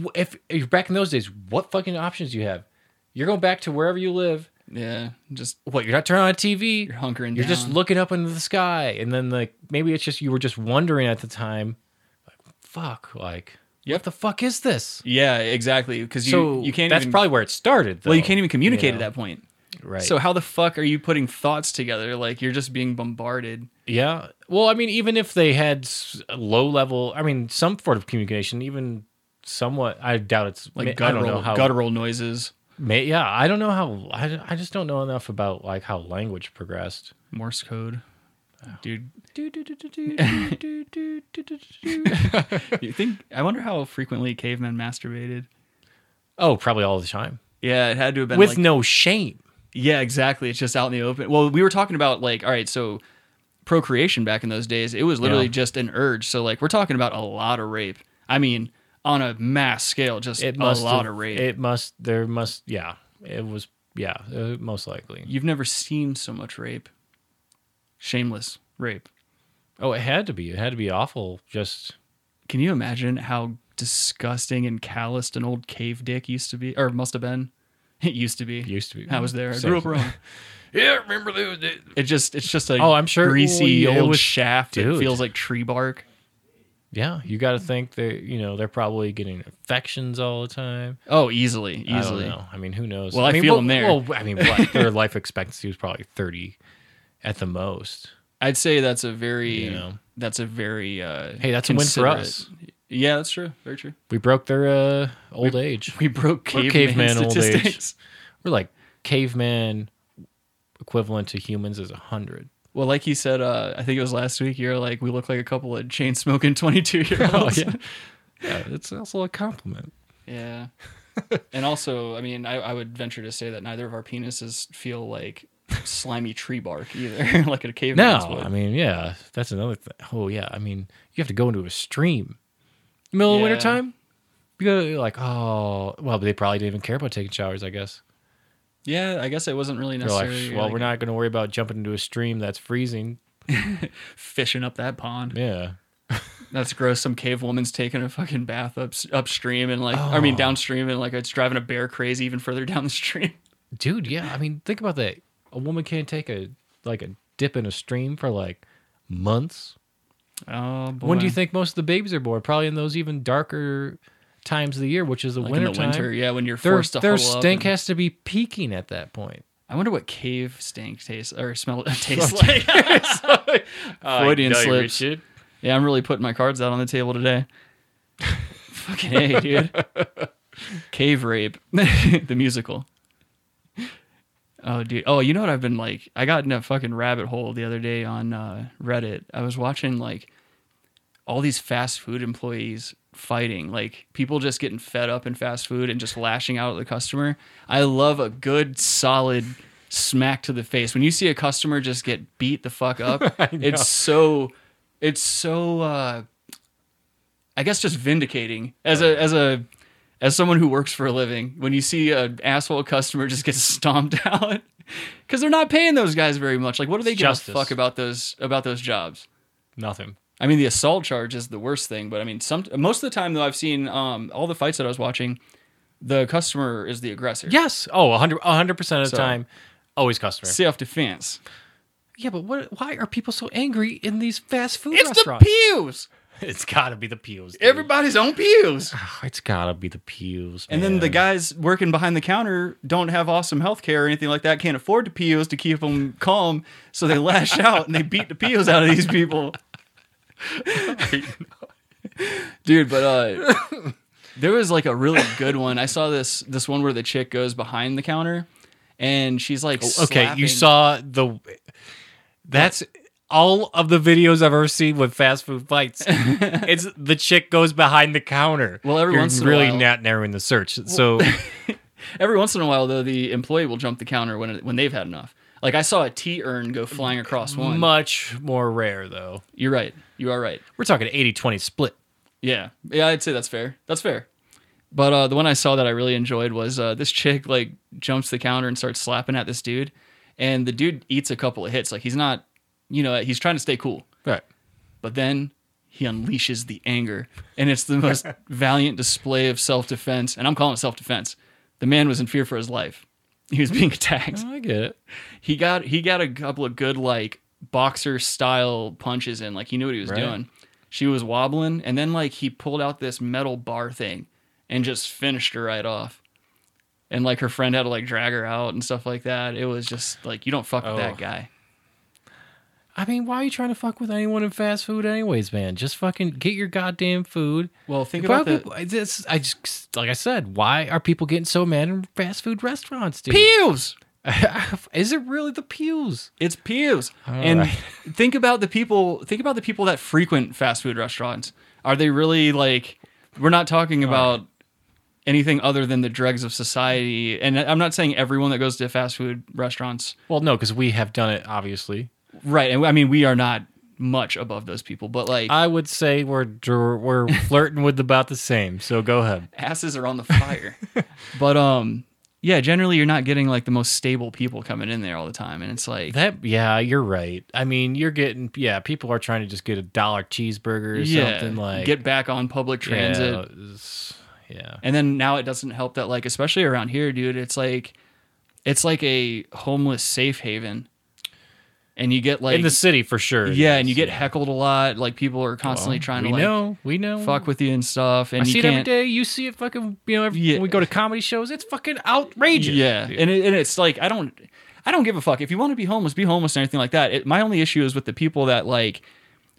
Speaker 2: wh- if, if back in those days, what fucking options do you have? You're going back to wherever you live.
Speaker 1: Yeah. Just
Speaker 2: What you're not turning on a TV.
Speaker 1: you're hunkering.
Speaker 2: You're just
Speaker 1: down.
Speaker 2: looking up into the sky, and then like maybe it's just you were just wondering at the time, like, fuck, like what
Speaker 1: Yep.
Speaker 2: the fuck is this?
Speaker 1: Yeah. Exactly. Because you
Speaker 2: so
Speaker 1: you can't.
Speaker 2: That's
Speaker 1: even,
Speaker 2: probably where it started. Though.
Speaker 1: Well, you can't even communicate at
Speaker 2: know.
Speaker 1: that point.
Speaker 2: Right.
Speaker 1: So how the fuck are you putting thoughts together? Like you're just being bombarded.
Speaker 2: Yeah. Well, I mean, even if they had s- low level, I mean, some sort of communication, even somewhat, I doubt it's
Speaker 1: Like
Speaker 2: I don't know
Speaker 1: guttural
Speaker 2: how.
Speaker 1: guttural noises.
Speaker 2: May, yeah, I don't know how. I, I just don't know enough about like how language progressed.
Speaker 1: Morse code. Dude, you think? I wonder how frequently cavemen masturbated.
Speaker 2: oh, probably all the time
Speaker 1: Yeah, it had to have been
Speaker 2: with
Speaker 1: like,
Speaker 2: no shame.
Speaker 1: Yeah, exactly. It's just out in the open. Well, we were talking about like, all right, so procreation back in those days, it was literally
Speaker 2: Yeah.
Speaker 1: just an urge. So like, we're talking about a lot of rape. I mean, on a mass scale, just
Speaker 2: It must
Speaker 1: a lot
Speaker 2: have-
Speaker 1: of rape.
Speaker 2: It must. There must. Yeah. It was. Yeah. uh, most likely.
Speaker 1: You've never seen so much rape. Shameless rape.
Speaker 2: Oh, it had to be. It had to be awful. Just
Speaker 1: Can you imagine how disgusting and calloused an old cave dick used to be, or must have been? It used to be.
Speaker 2: used to be.
Speaker 1: I was there. I grew up around.
Speaker 2: Yeah, remember those?
Speaker 1: It just, it's just a
Speaker 2: Oh, I'm sure-
Speaker 1: greasy
Speaker 2: well, yeah, it
Speaker 1: old
Speaker 2: was-
Speaker 1: shaft. It
Speaker 2: Dude.
Speaker 1: feels like tree bark.
Speaker 2: Yeah, you got to think that you know they're probably getting infections all the time.
Speaker 1: Oh, easily, easily.
Speaker 2: I don't know. I mean, who knows?
Speaker 1: Well, I
Speaker 2: mean,
Speaker 1: feel
Speaker 2: well-
Speaker 1: them there.
Speaker 2: Well, I mean, what? their life expectancy was probably thirty at the most.
Speaker 1: I'd say that's a very
Speaker 2: You know.
Speaker 1: that's a very uh
Speaker 2: Hey, that's a win for
Speaker 1: considerate-
Speaker 2: us.
Speaker 1: Yeah, that's true. Very true.
Speaker 2: We broke their uh, old age.
Speaker 1: We broke
Speaker 2: We're
Speaker 1: caveman,
Speaker 2: caveman old age.
Speaker 1: statistics.
Speaker 2: We're like caveman equivalent to humans is a hundred.
Speaker 1: Well, like you said, uh, I think it was last week. You're like, we look like a couple of chain smoking 22 year olds.
Speaker 2: Oh, yeah. Yeah, it's also a compliment.
Speaker 1: yeah. and also, I mean, I, I would venture to say that neither of our penises feel like slimy tree bark either, like a caveman's
Speaker 2: No,
Speaker 1: would.
Speaker 2: I mean, yeah, that's another thing. Oh yeah, I mean, you have to go into a stream, middle of
Speaker 1: Yeah.
Speaker 2: winter time. You go you're like, oh, well, they probably didn't even care about taking showers. I guess
Speaker 1: yeah, I guess it wasn't really
Speaker 2: they're like,
Speaker 1: necessary.
Speaker 2: well, we're not going to worry about jumping into a stream that's freezing.
Speaker 1: fishing up that pond.
Speaker 2: Yeah,
Speaker 1: That's gross. Some cave woman's taking a fucking bath up upstream and like, I mean
Speaker 2: Oh.
Speaker 1: downstream, and like it's driving a bear crazy even further down the stream.
Speaker 2: dude. Yeah, I mean, think about that. A woman can't take a like a dip in a stream for like months.
Speaker 1: Oh boy.
Speaker 2: When do you think most of the babies are born? Probably in those even darker times of the year, which is the
Speaker 1: Like
Speaker 2: winter
Speaker 1: in the winter,
Speaker 2: time.
Speaker 1: yeah, when you're
Speaker 2: Their,
Speaker 1: forced to
Speaker 2: their
Speaker 1: huddle
Speaker 2: stink
Speaker 1: up. and-
Speaker 2: has to be peaking at that point.
Speaker 1: I wonder what cave stink tastes or smell tastes like.
Speaker 2: Uh,
Speaker 1: Freudian slips. Yeah, I'm really putting my cards out on the table today. Fucking hey, dude. Cave Rape, the musical. Oh, dude. Oh, you know what I've been like? I got in a fucking rabbit hole the other day on uh, Reddit. I was watching like all these fast food employees fighting, like people just getting fed up in fast food and just lashing out at the customer. I love a good, solid smack to the face. When you see a customer just get beat the fuck up, it's so, it's so, uh, I guess just vindicating as a, as a, as someone who works for a living, when you see an asshole customer just get stomped out, because they're not paying those guys very much. Like, what do they
Speaker 2: It's
Speaker 1: give
Speaker 2: justice.
Speaker 1: a fuck about those about those jobs?
Speaker 2: Nothing.
Speaker 1: I mean, the assault charge is the worst thing, but I mean, some most of the time though, I've seen um, all the fights that I was watching, the customer is the aggressor.
Speaker 2: Yes. Oh, 100 percent of the
Speaker 1: So-
Speaker 2: time, always customer.
Speaker 1: self defense.
Speaker 2: Yeah, but what? Why are people so angry in these fast food
Speaker 1: It's the
Speaker 2: restaurants?
Speaker 1: pews.
Speaker 2: it's gotta be the pews. dude.
Speaker 1: Everybody's on pews.
Speaker 2: Oh, it's gotta be the pews.
Speaker 1: And then the
Speaker 2: man.
Speaker 1: guys working behind the counter don't have awesome health care or anything like that. Can't afford the pews to keep them calm, so they lash out and they beat the pews out of these people. dude but uh there was like a really good one i saw this this one where the chick goes behind the counter and she's like
Speaker 2: Oh, Okay,
Speaker 1: slapping-
Speaker 2: you saw the. That's all of the videos I've ever seen with fast food fights. it's the chick goes behind the counter.
Speaker 1: Well, every
Speaker 2: You're
Speaker 1: once in a
Speaker 2: really
Speaker 1: while-
Speaker 2: not narrowing the search. So
Speaker 1: every once in a while though the employee will jump the counter when it, when they've had enough Like I saw a tea urn go flying across one.
Speaker 2: Much more rare though.
Speaker 1: You're right. You are right.
Speaker 2: We're talking 80-20 split.
Speaker 1: Yeah. Yeah, I'd say that's fair. That's fair. But uh, the one I saw that I really enjoyed was uh, this chick like jumps the counter and starts slapping at this dude, and the dude eats a couple of hits. Like he's not, you know, he's trying to stay cool.
Speaker 2: Right.
Speaker 1: But then he unleashes the anger, and it's the most valiant display of self defense. And I'm calling it self defense. The man was in fear for his life. He was being attacked.
Speaker 2: I get it.
Speaker 1: He got he got a couple of good like boxer style punches in. Like he knew what he was
Speaker 2: Right.
Speaker 1: doing. She was wobbling, and then like he pulled out this metal bar thing and just finished her right off. And like her friend had to like drag her out and stuff like that. It was just like you don't fuck with
Speaker 2: Oh.
Speaker 1: that guy.
Speaker 2: I mean, why are you trying to fuck with anyone in fast food anyways, man? Just fucking get your goddamn food.
Speaker 1: Well, think
Speaker 2: Why
Speaker 1: about
Speaker 2: are
Speaker 1: the
Speaker 2: people- this- I just like I said, why are people getting so mad in fast food restaurants, dude?
Speaker 1: pews.
Speaker 2: Is it really the pews?
Speaker 1: It's pews.
Speaker 2: All
Speaker 1: and
Speaker 2: right.
Speaker 1: think about the people. Think about the people that frequent fast food restaurants. Are they really like? We're not talking about anything other than the dregs of society. And I'm not saying everyone that goes to fast food restaurants,
Speaker 2: Well, no, because we have done it, obviously.
Speaker 1: right? And I mean, we are not much above those people, but like
Speaker 2: I would say we're dr- we're flirting with about the same. So go ahead.
Speaker 1: asses are on the fire. but um, yeah. Generally, you're not getting like the most stable people coming in there all the time, and it's like
Speaker 2: That yeah, you're right. I mean, you're getting yeah. People are trying to just get a dollar cheeseburger or
Speaker 1: yeah,
Speaker 2: something like
Speaker 1: get back on public
Speaker 2: yeah,
Speaker 1: transit.
Speaker 2: it's- Yeah,
Speaker 1: And then now it doesn't help that like especially around here, dude, it's like it's like a homeless safe haven. And you get like
Speaker 2: in the city for sure. it
Speaker 1: yeah,
Speaker 2: is,
Speaker 1: and you get heckled a lot. Like people are constantly
Speaker 2: Well,
Speaker 1: trying to
Speaker 2: we
Speaker 1: like
Speaker 2: know we know
Speaker 1: fuck with you and stuff and
Speaker 2: I
Speaker 1: you
Speaker 2: see it
Speaker 1: can't
Speaker 2: every day. You see it fucking you know every,
Speaker 1: Yeah.
Speaker 2: when we go to comedy shows. It's fucking outrageous.
Speaker 1: Yeah,
Speaker 2: dude.
Speaker 1: and it, and it's like I don't I don't give a fuck if you want to be homeless, be homeless and everything like that. It, my only issue is with the people that like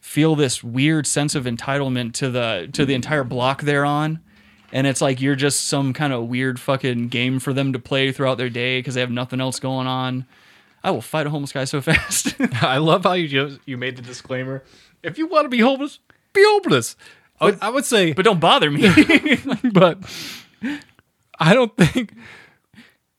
Speaker 1: feel this weird sense of entitlement to the to the entire block they're on. And it's like you're just some kind of weird fucking game for them to play throughout their day because they have nothing else going on. I will fight a homeless guy so fast.
Speaker 2: I love how you just, you made the disclaimer. If you want to be homeless, be homeless. I would, I would say,
Speaker 1: but don't bother me.
Speaker 2: but I don't think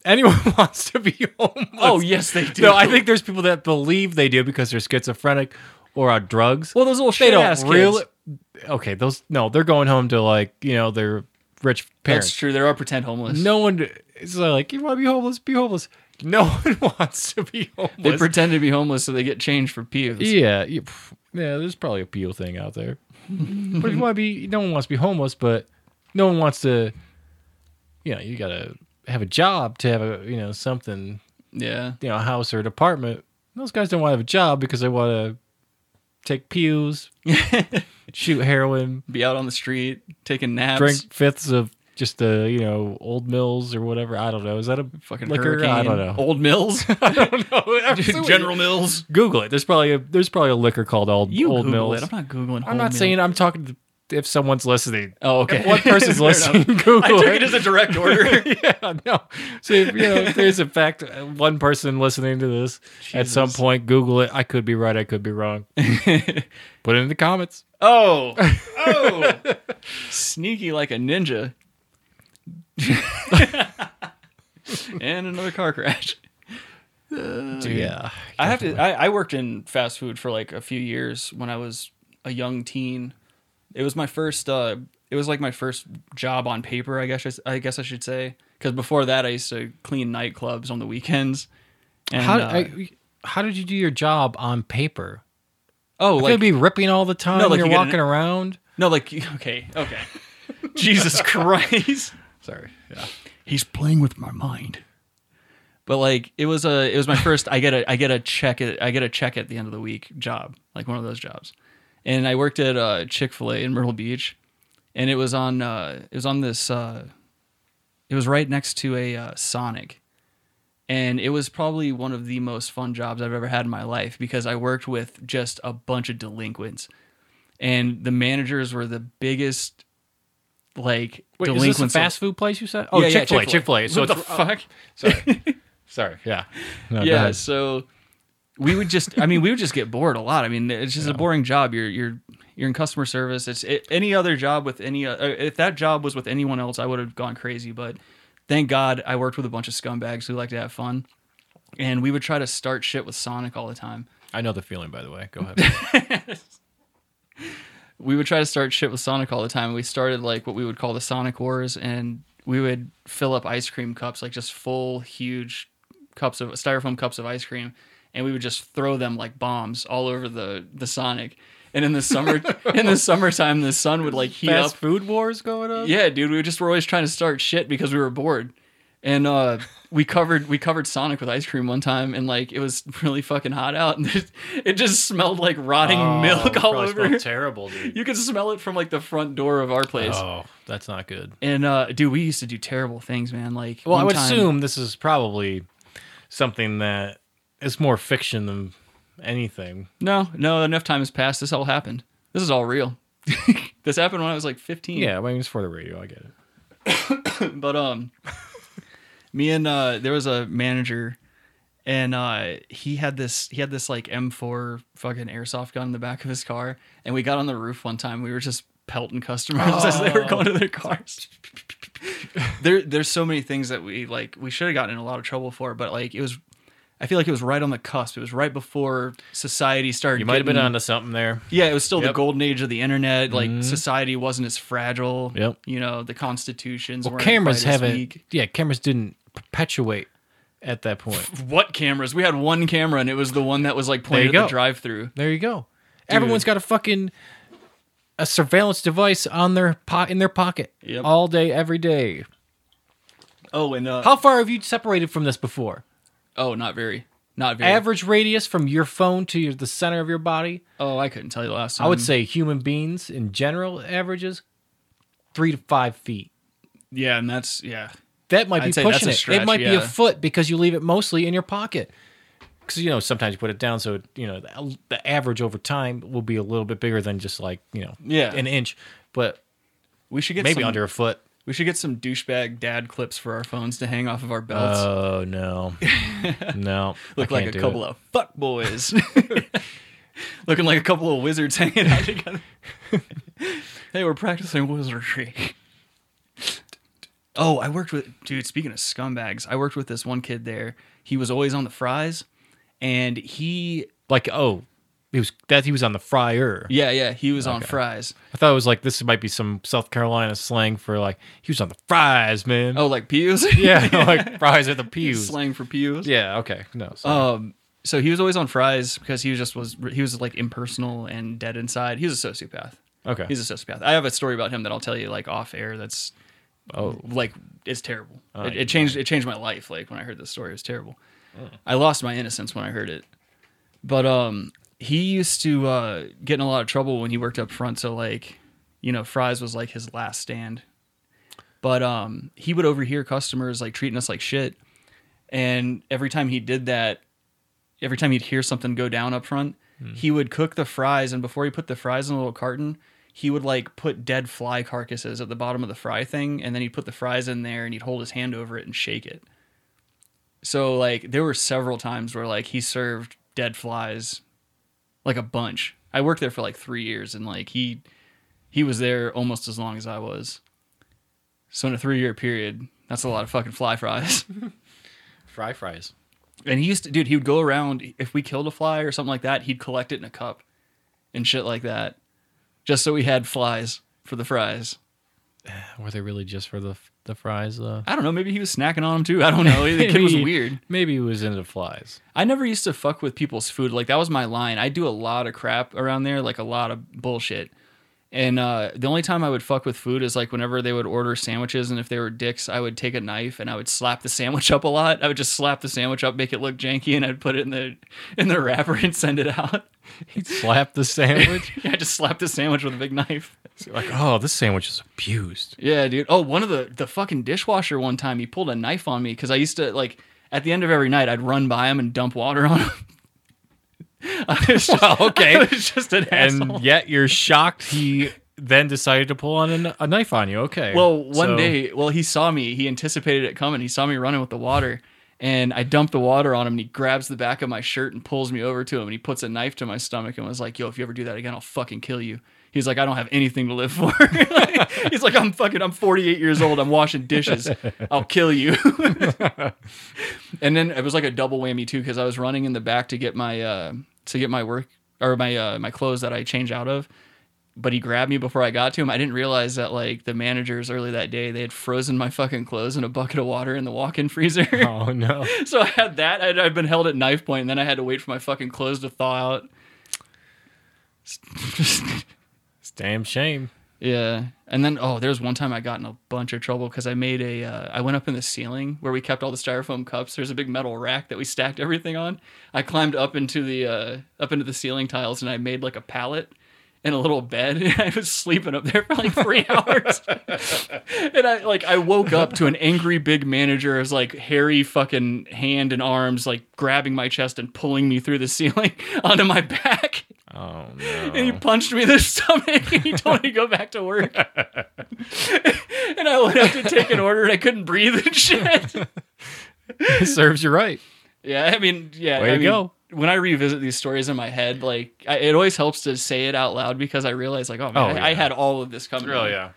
Speaker 2: anyone wants to be homeless.
Speaker 1: oh yes, they do.
Speaker 2: no, I think there's people that believe they do because they're schizophrenic or on drugs.
Speaker 1: well those little
Speaker 2: they
Speaker 1: shit
Speaker 2: don't
Speaker 1: ass
Speaker 2: really.
Speaker 1: kids.
Speaker 2: Okay, those no, they're going home to like you know their rich
Speaker 1: That's
Speaker 2: parents.
Speaker 1: true. There are pretend homeless.
Speaker 2: No one is like you want to be homeless, be homeless. No one wants to be homeless.
Speaker 1: they pretend to be homeless so they get changed for pews.
Speaker 2: Yeah, you- pff, yeah. There's probably a peel thing out there. but if you want to be, no one wants to be homeless, but no one wants to. You know, you gotta have a job to have a you know something,
Speaker 1: yeah.
Speaker 2: you know, a house or an apartment. Those guys don't want to have a job because they want to take pews, shoot heroin,
Speaker 1: Be out on the street taking naps.
Speaker 2: drink fifths of just the you know old mills or whatever. I don't know. Is that a
Speaker 1: fucking
Speaker 2: liquor?
Speaker 1: hurricane.
Speaker 2: I don't know.
Speaker 1: Old Mills,
Speaker 2: I don't know.
Speaker 1: General Mills.
Speaker 2: Google it. There's probably a there's probably a liquor called Old
Speaker 1: You
Speaker 2: Old
Speaker 1: Google
Speaker 2: Mills.
Speaker 1: it. I'm not googling.
Speaker 2: I'm not saying I'm talking to, if someone's listening.
Speaker 1: Oh, okay.
Speaker 2: If one person's
Speaker 1: Fair enough.
Speaker 2: listening, Google
Speaker 1: I took
Speaker 2: it.
Speaker 1: it as a direct order.
Speaker 2: yeah, no. So if, you know, if there's in fact uh, one person listening to this at some
Speaker 1: Jesus.
Speaker 2: point, Google it. I could be right. I could be wrong. Put it in the comments.
Speaker 1: oh, oh, sneaky like a ninja. and another car crash. Dude.
Speaker 2: Uh, Yeah.
Speaker 1: I have to. I, I worked in fast food for like a few years when I was a young teen. It was my first. Uh, it was like my first job on paper. I guess. I s- I, guess I should say because before that, I used to clean nightclubs on the weekends. And,
Speaker 2: How,
Speaker 1: uh,
Speaker 2: I, how did you do your job on paper?
Speaker 1: oh,
Speaker 2: Like,
Speaker 1: like
Speaker 2: Could be ripping all the time.
Speaker 1: No,
Speaker 2: No,
Speaker 1: like
Speaker 2: you're
Speaker 1: you get an-
Speaker 2: walking around.
Speaker 1: no, like okay, okay. Jesus Christ.
Speaker 2: Sorry. Yeah.
Speaker 1: he's playing with my mind. But like it was a it was my first I get a I get a check at I get a check at the end of the week job, like one of those jobs. And I worked at uh Chick-fil-A in Myrtle Beach and it was on uh it was on this uh it was right next to a uh, Sonic. And it was probably one of the most fun jobs I've ever had in my life because I worked with just a bunch of delinquents. And the managers were the biggest like
Speaker 2: Wait, is this
Speaker 1: delinquents
Speaker 2: a
Speaker 1: of-
Speaker 2: fast food place you said? Oh,
Speaker 1: Yeah, yeah,
Speaker 2: Chick Fil A,
Speaker 1: Chick-fil-A.
Speaker 2: Chick Fil A. So
Speaker 1: What
Speaker 2: it's
Speaker 1: the fuck?
Speaker 2: Sorry. Sorry. Yeah. No, go
Speaker 1: yeah
Speaker 2: ahead.
Speaker 1: so we would just i mean we would just get bored a lot i mean it's just a boring job you're you're you're in customer service it's it, any other job with any uh, if that job was with anyone else i would have gone crazy but thank god i worked with a bunch of scumbags who like to have fun and we would try to start shit with Sonic all the time.
Speaker 2: I know the feeling, by the way. Go ahead.
Speaker 1: we would try to start shit with Sonic all the time. We started like what we would call the Sonic Wars, and we would fill up ice cream cups, like just full, huge cups of styrofoam cups of ice cream, and we would just throw them like bombs all over the the Sonic. And in the summer, in the summertime, the sun would like heat up.
Speaker 2: Fast food wars going on.
Speaker 1: Yeah, dude, we just were always trying to start shit because we were bored. And uh, we covered we covered Sonic with ice cream one time, and like it was really fucking hot out, and it just smelled like rotting
Speaker 2: Oh,
Speaker 1: milk all
Speaker 2: probably
Speaker 1: over.
Speaker 2: smelled Terrible, dude.
Speaker 1: You could smell it from like the front door of our place.
Speaker 2: Oh, that's not good.
Speaker 1: And uh, dude, we used to do terrible things, man. Like,
Speaker 2: Well, I
Speaker 1: one
Speaker 2: would
Speaker 1: time-
Speaker 2: assume this is probably something that is more fiction than anything.
Speaker 1: No, no, enough time has passed. This all happened. This is all real. this happened when I was like 15.
Speaker 2: Yeah, I mean it's for the radio. I get it.
Speaker 1: but um me and uh there was a manager and uh he had this he had this like m4 fucking airsoft gun in the back of his car and we got on the roof one time we were just pelting customers as they
Speaker 2: Oh.
Speaker 1: were going to their cars there there's so many things that we like we should have gotten in a lot of trouble for but like it was i feel like it was right on the cusp it was right before society started
Speaker 2: You might have been
Speaker 1: getting-
Speaker 2: onto something there.
Speaker 1: yeah, it was still the
Speaker 2: Yep. Mm-hmm.
Speaker 1: golden age of the internet. Like society wasn't as fragile.
Speaker 2: Yep.
Speaker 1: You know the constitutions.
Speaker 2: Well,
Speaker 1: weren't
Speaker 2: cameras
Speaker 1: quite as
Speaker 2: haven't.
Speaker 1: weak.
Speaker 2: Yeah, cameras didn't perpetuate at that point.
Speaker 1: What cameras? We had one camera, and it was the one that was like pointed
Speaker 2: you
Speaker 1: at the
Speaker 2: go.
Speaker 1: drive-through.
Speaker 2: There you go. Everyone's got a fucking a surveillance device on their po- in their pocket
Speaker 1: Yep.
Speaker 2: all day, every day.
Speaker 1: Oh, and uh,
Speaker 2: How far have you separated from this before?
Speaker 1: oh, not very, not very.
Speaker 2: Average radius from your phone to your, the center of your body.
Speaker 1: oh, I couldn't tell you the last time.
Speaker 2: I would say human beings in general averages three to five feet.
Speaker 1: yeah, and that's yeah.
Speaker 2: That might be
Speaker 1: I'd say that's
Speaker 2: pushing
Speaker 1: a
Speaker 2: it.
Speaker 1: stretch,
Speaker 2: it might be a
Speaker 1: yeah.
Speaker 2: foot because you leave it mostly in your pocket. Because you know sometimes you put it down, so you know the, the average over time will be a little bit bigger than just like you know
Speaker 1: Yeah.
Speaker 2: an inch, but
Speaker 1: We should get
Speaker 2: maybe
Speaker 1: some,
Speaker 2: under a foot.
Speaker 1: We should get some douchebag dad clips for our phones to hang off of our belts.
Speaker 2: Oh no, no,
Speaker 1: Look
Speaker 2: I
Speaker 1: like a
Speaker 2: can't do
Speaker 1: couple
Speaker 2: it.
Speaker 1: of fuck boys. Looking like a couple of wizards hanging out together. they were practicing wizardry. Oh, I worked with dude, speaking of scumbags, I worked with this one kid there. He was always on the fries and he
Speaker 2: like oh, he was that he was on the fryer.
Speaker 1: yeah, yeah, he was on fries.
Speaker 2: I thought it was like this might be some South Carolina slang for like he was on the fries, man.
Speaker 1: Oh, like pews?
Speaker 2: yeah, like fries at the pews.
Speaker 1: Slang for pews.
Speaker 2: Yeah, okay, no, sorry.
Speaker 1: Um so he was always on fries because he was just was he was like impersonal and dead inside. He was a sociopath.
Speaker 2: okay.
Speaker 1: He's a sociopath. I have a story about him that I'll tell you like off air. That's
Speaker 2: Oh.
Speaker 1: like it's terrible. it,
Speaker 2: yeah.
Speaker 1: it changed it changed my life. Like when I heard this story, it was terrible.
Speaker 2: Hmm.
Speaker 1: I lost my innocence when I heard it. But um, he used to uh, get in a lot of trouble when he worked up front. So like, you know, fries was like his last stand. But um, he would overhear customers like treating us like shit, and every time he did that, every time he'd hear something go down up front, he would cook the fries, and before he put the fries in a little carton, he would like put dead fly carcasses at the bottom of the fry thing, and then he'd put the fries in there, and he'd hold his hand over it and shake it. So like there were several times where like he served dead flies, like a bunch. I worked there for like three years, and like he he was there almost as long as I was. So in a three year period, that's a lot of fucking fly fries.
Speaker 2: Fry fries.
Speaker 1: And he used to, dude, he would go around if we killed a fly or something like that, he'd collect it in a cup and shit like that, just so we had flies for the fries.
Speaker 2: Were they really just for the the fries though?
Speaker 1: I don't know. Maybe he was snacking on them too. I don't know. The kid was
Speaker 2: Maybe-
Speaker 1: weird.
Speaker 2: Maybe it was into flies.
Speaker 1: I never used to fuck with people's food. Like that was my line. I do a lot of crap around there, like a lot of bullshit. And uh, the only time I would fuck with food is like whenever they would order sandwiches, and if they were dicks, I would take a knife and I would slap the sandwich up a lot. I would just slap the sandwich up, make it look janky, and I'd put it in the in the wrapper and send it out.
Speaker 2: He'd slap the sandwich.
Speaker 1: yeah, I just slapped a sandwich with a big knife.
Speaker 2: like, oh, this sandwich is abused.
Speaker 1: Yeah, dude. Oh, one of the the fucking dishwasher one time he pulled a knife on me because I used to like at the end of every night I'd run by him and dump water on him. I was just,
Speaker 2: Oh, okay.
Speaker 1: I was just an asshole.
Speaker 2: And yet you're shocked he then decided to pull on a, kn- a knife on you. Okay.
Speaker 1: Well, one
Speaker 2: So-
Speaker 1: day, well, he saw me. He anticipated it coming. He saw me running with the water, and I dumped the water on him. And he grabs the back of my shirt and pulls me over to him. And he puts a knife to my stomach and was like, "Yo, if you ever do that again, I'll fucking kill you." He's like, I don't have anything to live for. Like, he's like, I'm fucking, I'm 48 years old. I'm washing dishes. I'll kill you. and then it was like a double whammy too, because I was running in the back to get my uh, to get my work or my uh, my clothes that I change out of. But he grabbed me before I got to him. I didn't realize that like the managers early that day they had frozen my fucking clothes in a bucket of water in the walk-in freezer.
Speaker 2: Oh no.
Speaker 1: So I had that. I'd, I'd been held at knife point, and then I had to wait for my fucking clothes to thaw out.
Speaker 2: It's damn shame.
Speaker 1: yeah. And then oh, there's one time I got in a bunch of trouble because I made a. Uh, I went up in the ceiling where we kept all the styrofoam cups. There's a big metal rack that we stacked everything on. I climbed up into the uh, up into the ceiling tiles, and I made like a pallet. And a little bed, and I was sleeping up there for like three hours. and I like I woke up to an angry big manager as like hairy fucking hand and arms like grabbing my chest and pulling me through the ceiling onto my back.
Speaker 2: Oh no.
Speaker 1: and he punched me in the stomach and he told me to go back to work. and I went up to take an order and I couldn't breathe and shit.
Speaker 2: serves you right.
Speaker 1: Yeah, I mean, yeah.
Speaker 2: Way
Speaker 1: I
Speaker 2: to
Speaker 1: mean,
Speaker 2: go.
Speaker 1: When I revisit these stories in my head, like I, it always helps to say it out loud because I realize, like, oh man,
Speaker 2: Oh,
Speaker 1: I, I
Speaker 2: yeah.
Speaker 1: had all of this coming.
Speaker 2: Oh
Speaker 1: on.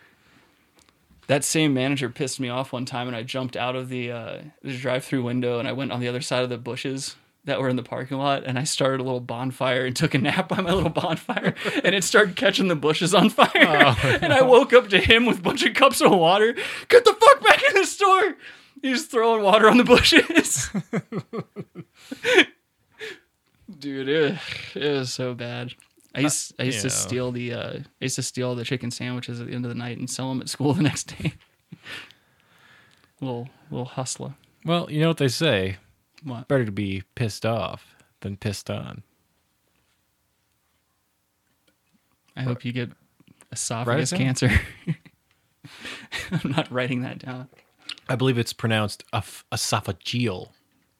Speaker 1: That same manager pissed me off one time, and I jumped out of the uh, the drive-through window and I went on the other side of the bushes that were in the parking lot, and I started a little bonfire and took a nap by my little bonfire, and it started catching the bushes on fire, and I woke up to him with a bunch of cups of water. Get the fuck back in the store! He's throwing water on the bushes. Dude, it, it was so bad. I used, I used to
Speaker 2: Yeah.
Speaker 1: steal the uh, I used to steal the chicken sandwiches at the end of the night and sell them at school the next day. little little hustler.
Speaker 2: Well, you know what they say.
Speaker 1: What?
Speaker 2: Better to be pissed off than pissed on.
Speaker 1: I hope you get esophagus
Speaker 2: down.
Speaker 1: cancer. I'm not writing that down.
Speaker 2: I believe it's pronounced eph- esophageal.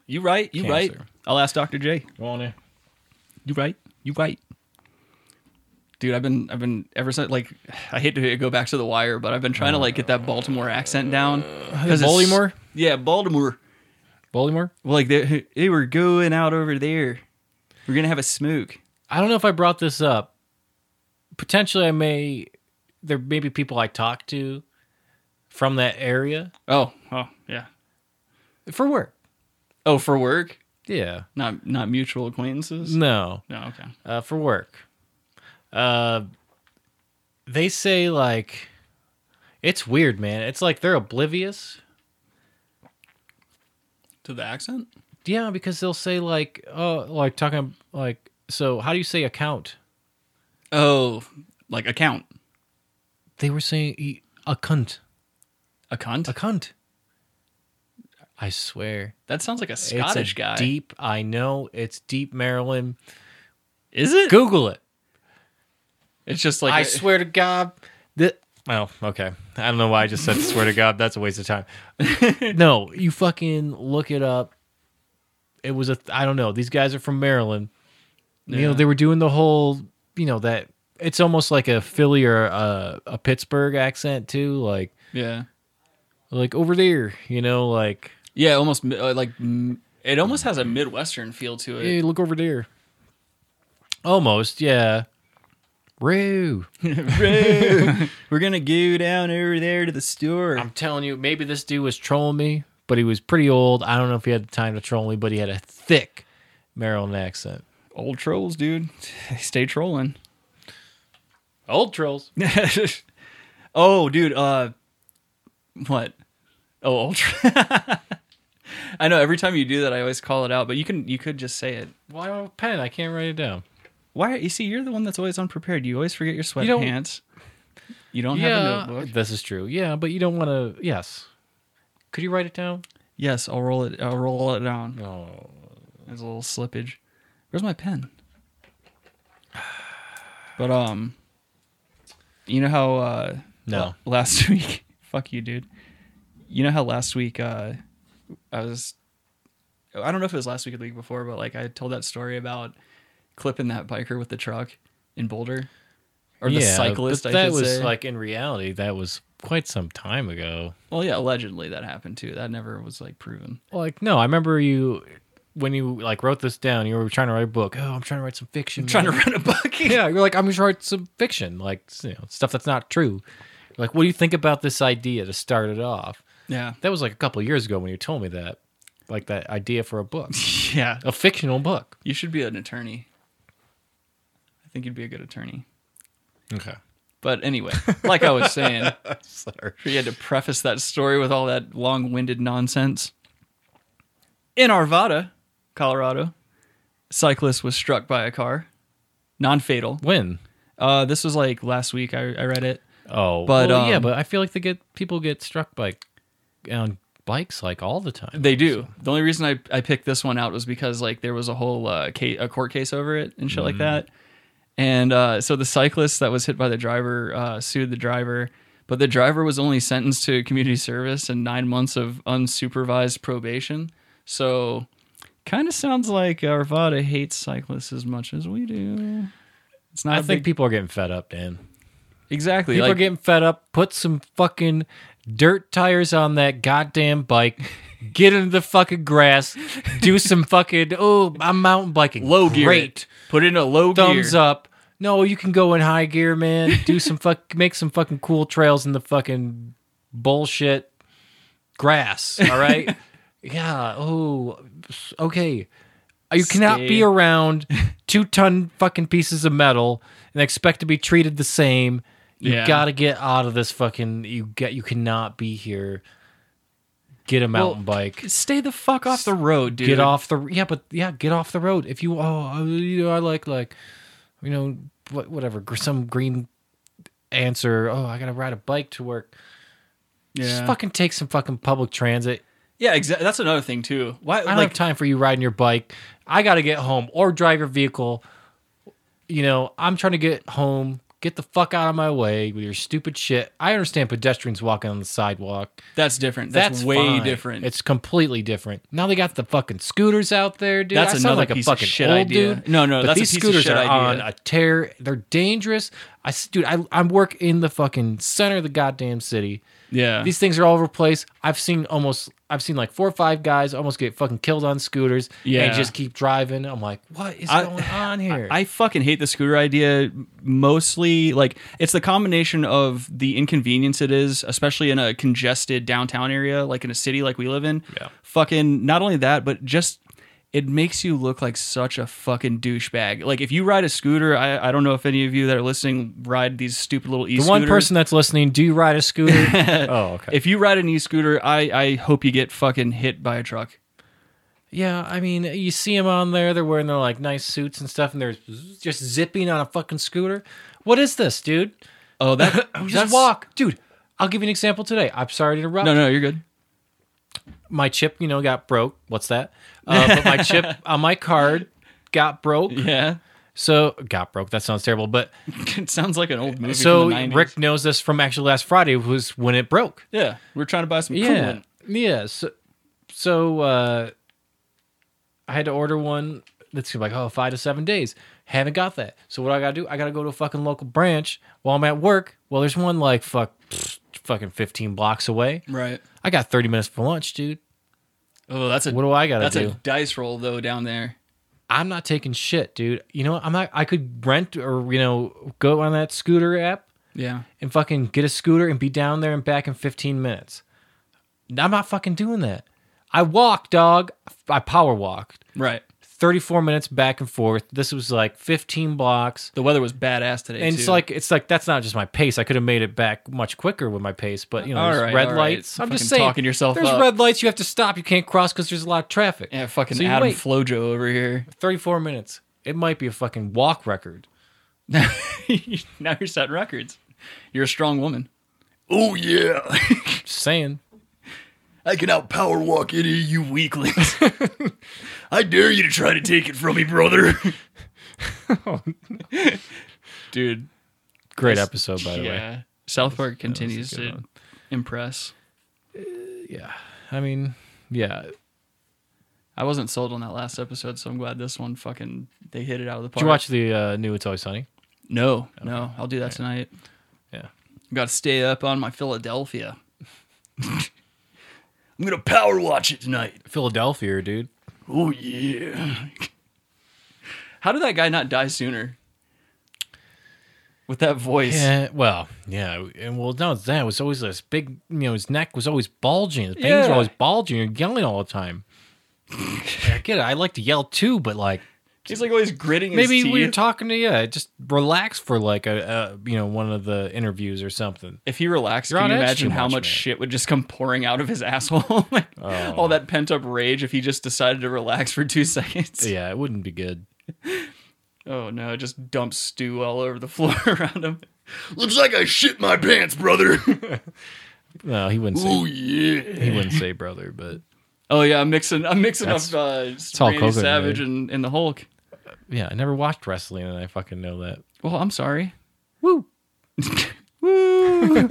Speaker 1: You right? You
Speaker 2: right.
Speaker 1: I'll ask Doctor J.
Speaker 2: Want to?
Speaker 1: You right? You right? Dude, I've been I've been ever since like I hate to go back to the wire, but I've been trying to like get that Baltimore accent down. 'Cause it's-
Speaker 2: Baltimore?
Speaker 1: Yeah, Baltimore.
Speaker 2: Bolymore?
Speaker 1: Well, like they, they were going out over there. We're gonna have a smoke.
Speaker 2: I don't know if I brought this up. Potentially, I may. There may be people I talk to from that area
Speaker 1: Oh, oh yeah.
Speaker 2: for work.
Speaker 1: Oh, for work,
Speaker 2: Yeah.
Speaker 1: not not mutual acquaintances.
Speaker 2: No.
Speaker 1: No, okay.
Speaker 2: uh, for work. Uh, they say like, it's weird, man. It's like they're oblivious.
Speaker 1: To the accent.
Speaker 2: Yeah, because they'll say like, oh, like talking like, so how do you say account?
Speaker 1: Oh, like account,
Speaker 2: They were saying e- a cunt,
Speaker 1: a cunt.
Speaker 2: a cunt. I swear,
Speaker 1: that sounds like a
Speaker 2: It's a
Speaker 1: Scottish guy.
Speaker 2: Deep, I know it's deep Maryland.
Speaker 1: Is it?
Speaker 2: Google it.
Speaker 1: It's just like
Speaker 2: I
Speaker 1: a-
Speaker 2: swear to God. That, oh, okay. I don't know why I just said swear to God. That's a waste of time. no, you fucking look it up. It was a, th- I don't know. These guys are from Maryland. You
Speaker 1: Yeah.
Speaker 2: know, they were doing the whole, you know, that it's almost like a Philly or a, a Pittsburgh accent too. Like,
Speaker 1: yeah,
Speaker 2: like over there, you know, like,
Speaker 1: yeah. Almost mi- uh, like mm, it almost has a midwestern feel to
Speaker 2: hey,
Speaker 1: it.
Speaker 2: look over there. Almost, yeah. Roo.
Speaker 1: We're gonna go down over there to the store.
Speaker 2: I'm telling you, maybe this dude was trolling me, but he was pretty old. I don't know if he had the time to troll me, but he had a thick Maryland accent.
Speaker 1: Old trolls, dude. Stay trolling.
Speaker 2: Old trolls.
Speaker 1: oh, dude. Uh, what? Oh, ultra. I know. Every time you do that, I always call it out. But you can. You could just say it.
Speaker 2: Why do I have a pen? I can't write it down.
Speaker 1: Why? You see, you're the one that's always unprepared. You always forget your
Speaker 2: don't-
Speaker 1: sweatpants. You don't, have a notebook.
Speaker 2: this is true. Yeah, but you don't want to. Yes. Could you write it down?
Speaker 1: Yes, I'll roll it. I'll roll it down.
Speaker 2: No.
Speaker 1: There's a little slippage. Where's my pen? But um, you know how uh,
Speaker 2: No.
Speaker 1: la- last week, fuck you, dude. You know how last week uh, I was, I don't know if it was last week or the week before, but like I told that story about clipping that biker with the truck in Boulder, or the cyclist. I
Speaker 2: that
Speaker 1: should
Speaker 2: was
Speaker 1: say.
Speaker 2: like in reality. That was quite some time ago.
Speaker 1: well, yeah, allegedly that happened too. That never was like proven.
Speaker 2: Like no, I remember you when you like wrote this down, you were trying to write a book. Oh, I'm trying to write some fiction.
Speaker 1: trying to
Speaker 2: man."
Speaker 1: run a book.
Speaker 2: yeah, you're like I'm just write some fiction, like you know, stuff that's not true. Like, what do you think about this idea to start it off?
Speaker 1: yeah.
Speaker 2: That was like a couple of years ago when you told me that, like that idea for a book,
Speaker 1: Yeah.
Speaker 2: a fictional book.
Speaker 1: You should be an attorney. I think you'd be a good attorney.
Speaker 2: Okay,
Speaker 1: But anyway, like I was saying,
Speaker 2: sorry.
Speaker 1: we had to preface that story with all that long winded nonsense. In Arvada, Colorado, cyclist was struck by a car, non fatal.
Speaker 2: When?
Speaker 1: Uh, this was like last week. I, I read it.
Speaker 2: Oh,
Speaker 1: But,
Speaker 2: but yeah,
Speaker 1: um,
Speaker 2: but I feel like they get people get struck by on bikes like all the time.
Speaker 1: They do. The only reason I, I picked this one out was because like there was a whole uh, case, a court case over it and shit
Speaker 2: Mm-hmm.
Speaker 1: like that. And uh, so the cyclist that was hit by the driver uh, sued the driver, but the driver was only sentenced to community service and nine months of unsupervised probation. So kind of sounds like Arvada hates cyclists as much as we do. It's not
Speaker 2: I
Speaker 1: a
Speaker 2: think
Speaker 1: big-
Speaker 2: people are getting fed up, Dan.
Speaker 1: exactly
Speaker 2: People
Speaker 1: like
Speaker 2: are getting fed up. Put some fucking dirt tires on that goddamn bike. Get into the fucking grass. Do some fucking oh, I'm mountain biking.
Speaker 1: low gear.
Speaker 2: Great.
Speaker 1: it. Put it in a low gear.
Speaker 2: Thumbs up. No, you can go in high gear, man. Do some fuck make some fucking cool trails in the fucking bullshit grass, all right? yeah. Oh, okay. You cannot
Speaker 1: Stay-
Speaker 2: be around two ton fucking pieces of metal and expect to be treated the same. You
Speaker 1: Yeah.
Speaker 2: gotta get out of this fucking. You get. You cannot be here. Get a mountain bike.
Speaker 1: Stay the fuck off the road, dude.
Speaker 2: Get off the yeah, but yeah, get off the road. If you oh I- you know I like like you know what whatever gr- some green answer. Oh, I gotta ride a bike to work. Just
Speaker 1: Yeah.
Speaker 2: fucking take some fucking public transit.
Speaker 1: Yeah, exactly. That's another thing too. Why?
Speaker 2: I don't
Speaker 1: like,
Speaker 2: have time for you riding your bike. I gotta get home or drive your vehicle. You know I'm trying to get home. Get the fuck out of my way with your stupid shit. I understand pedestrians walking on the sidewalk.
Speaker 1: that's different. That's, way
Speaker 2: fine.
Speaker 1: different.
Speaker 2: It's completely different. Now they got the fucking scooters out there, dude.
Speaker 1: That's
Speaker 2: I sound
Speaker 1: another
Speaker 2: like
Speaker 1: piece
Speaker 2: a
Speaker 1: of
Speaker 2: fucking
Speaker 1: shit
Speaker 2: old
Speaker 1: idea.
Speaker 2: dude.
Speaker 1: No, no,
Speaker 2: but
Speaker 1: that's a
Speaker 2: these
Speaker 1: piece of
Speaker 2: scooters
Speaker 1: shit
Speaker 2: are
Speaker 1: idea.
Speaker 2: on a tear. They're dangerous. I s- dude, I I work in the fucking center of the goddamn city.
Speaker 1: yeah.
Speaker 2: These things are all over the place. I've seen almost I've seen like four or five guys almost get fucking killed on scooters.
Speaker 1: Yeah.
Speaker 2: and just keep driving. I'm like, what is
Speaker 1: I-
Speaker 2: going on here?
Speaker 1: I fucking hate the scooter idea. Mostly, like it's the combination of the inconvenience it is, especially in a congested downtown area, like in a city like we live in.
Speaker 2: Yeah.
Speaker 1: Fucking not only that, but just it makes you look like such a fucking douchebag. Like if you ride a scooter, I, I don't know if any of you that are listening ride these stupid little e
Speaker 2: the one person that's listening, do you ride a scooter? oh, okay.
Speaker 1: If you ride an e scooter, I I hope you get fucking hit by a truck.
Speaker 2: Yeah, I mean, you see them on there. They're wearing their like nice suits and stuff, and they're z- just zipping on a fucking scooter. What is this, dude?
Speaker 1: Oh, that
Speaker 2: Just walk, dude. I'll give you an example today. I'm sorry to interrupt.
Speaker 1: No, no, you're good.
Speaker 2: My chip, you know, got broke. What's that? Uh, but my chip on my card got broke.
Speaker 1: Yeah.
Speaker 2: So got broke. That sounds terrible, but
Speaker 1: It sounds like an old movie.
Speaker 2: so
Speaker 1: from the 90s.
Speaker 2: Rick knows this from actually last Friday was when it broke.
Speaker 1: Yeah, we're trying to buy some
Speaker 2: yeah
Speaker 1: coolant.
Speaker 2: yeah so, so uh i had to order one that's like oh five to seven days haven't got that so what i gotta do i gotta go to a fucking local branch while i'm at work well there's one like fuck pfft, fucking 15 blocks away
Speaker 1: Right.
Speaker 2: i got 30 minutes for lunch dude
Speaker 1: Oh, that's a
Speaker 2: what do i gotta
Speaker 1: that's
Speaker 2: do
Speaker 1: a dice roll though down there.
Speaker 2: i'm not taking shit dude you know what? i'm not i could rent or you know go on that scooter app
Speaker 1: Yeah.
Speaker 2: and fucking get a scooter and be down there and back in 15 minutes. I'm not fucking doing that. I walked, dog. I power walked.
Speaker 1: Right.
Speaker 2: 34 minutes back and forth. This was like 15 blocks.
Speaker 1: The weather was badass today.
Speaker 2: And
Speaker 1: too.
Speaker 2: it's like it's like that's not just my pace. I could have made it back much quicker with my pace, but you know,
Speaker 1: All
Speaker 2: there's
Speaker 1: right,
Speaker 2: red
Speaker 1: all right.
Speaker 2: lights. I'm just
Speaker 1: Fucking
Speaker 2: saying,
Speaker 1: talking yourself
Speaker 2: There's
Speaker 1: up.
Speaker 2: red lights. You have to stop. You can't cross because there's a lot of traffic.
Speaker 1: yeah, fucking
Speaker 2: So you
Speaker 1: Adam
Speaker 2: wait.
Speaker 1: Flojo over here.
Speaker 2: 34 minutes. It might be a fucking walk record.
Speaker 1: now you're setting records. You're a strong woman. Oh yeah,
Speaker 2: Just saying.
Speaker 1: I can outpower walk any of you weaklings. I dare you to try to take it from me, brother. Dude,
Speaker 2: Great episode, by the way.
Speaker 1: yeah. South Park continues
Speaker 2: good
Speaker 1: to
Speaker 2: one.
Speaker 1: impress.
Speaker 2: Yeah. I mean, yeah.
Speaker 1: I wasn't sold on that last episode, so I'm glad this one fucking they hit it out of the park.
Speaker 2: Did you watch the uh, new It's Always Sunny?
Speaker 1: No, no, I'll do that tonight.
Speaker 2: Yeah.
Speaker 1: Got to stay up on my Philadelphia. I'm gonna power watch it tonight.
Speaker 2: Philadelphia, dude.
Speaker 1: Oh yeah. How did that guy not die sooner? With that voice.
Speaker 2: Yeah, well, yeah, and well, no, that was always this big. You know, his neck was always bulging. His veins
Speaker 1: Yeah.
Speaker 2: were always bulging and yelling all the time. I get it. I like to yell too, but like
Speaker 1: He's like always gritting his
Speaker 2: maybe
Speaker 1: teeth.
Speaker 2: we were talking to yeah, just relax for like a, a you know one of the interviews or something.
Speaker 1: if he relaxed,
Speaker 2: You're
Speaker 1: can
Speaker 2: on
Speaker 1: you
Speaker 2: edge
Speaker 1: imagine
Speaker 2: too
Speaker 1: how
Speaker 2: much,
Speaker 1: much
Speaker 2: man. Oh.
Speaker 1: shit would just come pouring out of his asshole? Like, All that pent up rage if he just decided to relax for two seconds.
Speaker 2: Yeah, it wouldn't be good.
Speaker 1: Oh no, it just dumps stew all over the floor around him.
Speaker 3: Looks like I shit my pants, brother.
Speaker 2: No, he wouldn't say
Speaker 3: oh yeah.
Speaker 2: he wouldn't say brother, but
Speaker 1: Oh yeah, I'm mixing I'm mixing
Speaker 2: That's-
Speaker 1: up uh
Speaker 2: all
Speaker 1: Randy
Speaker 2: COVID,
Speaker 1: Savage and, and the Hulk.
Speaker 2: yeah, I never watched wrestling and I fucking know that.
Speaker 1: Well, I'm sorry.
Speaker 2: Woo.
Speaker 1: Woo!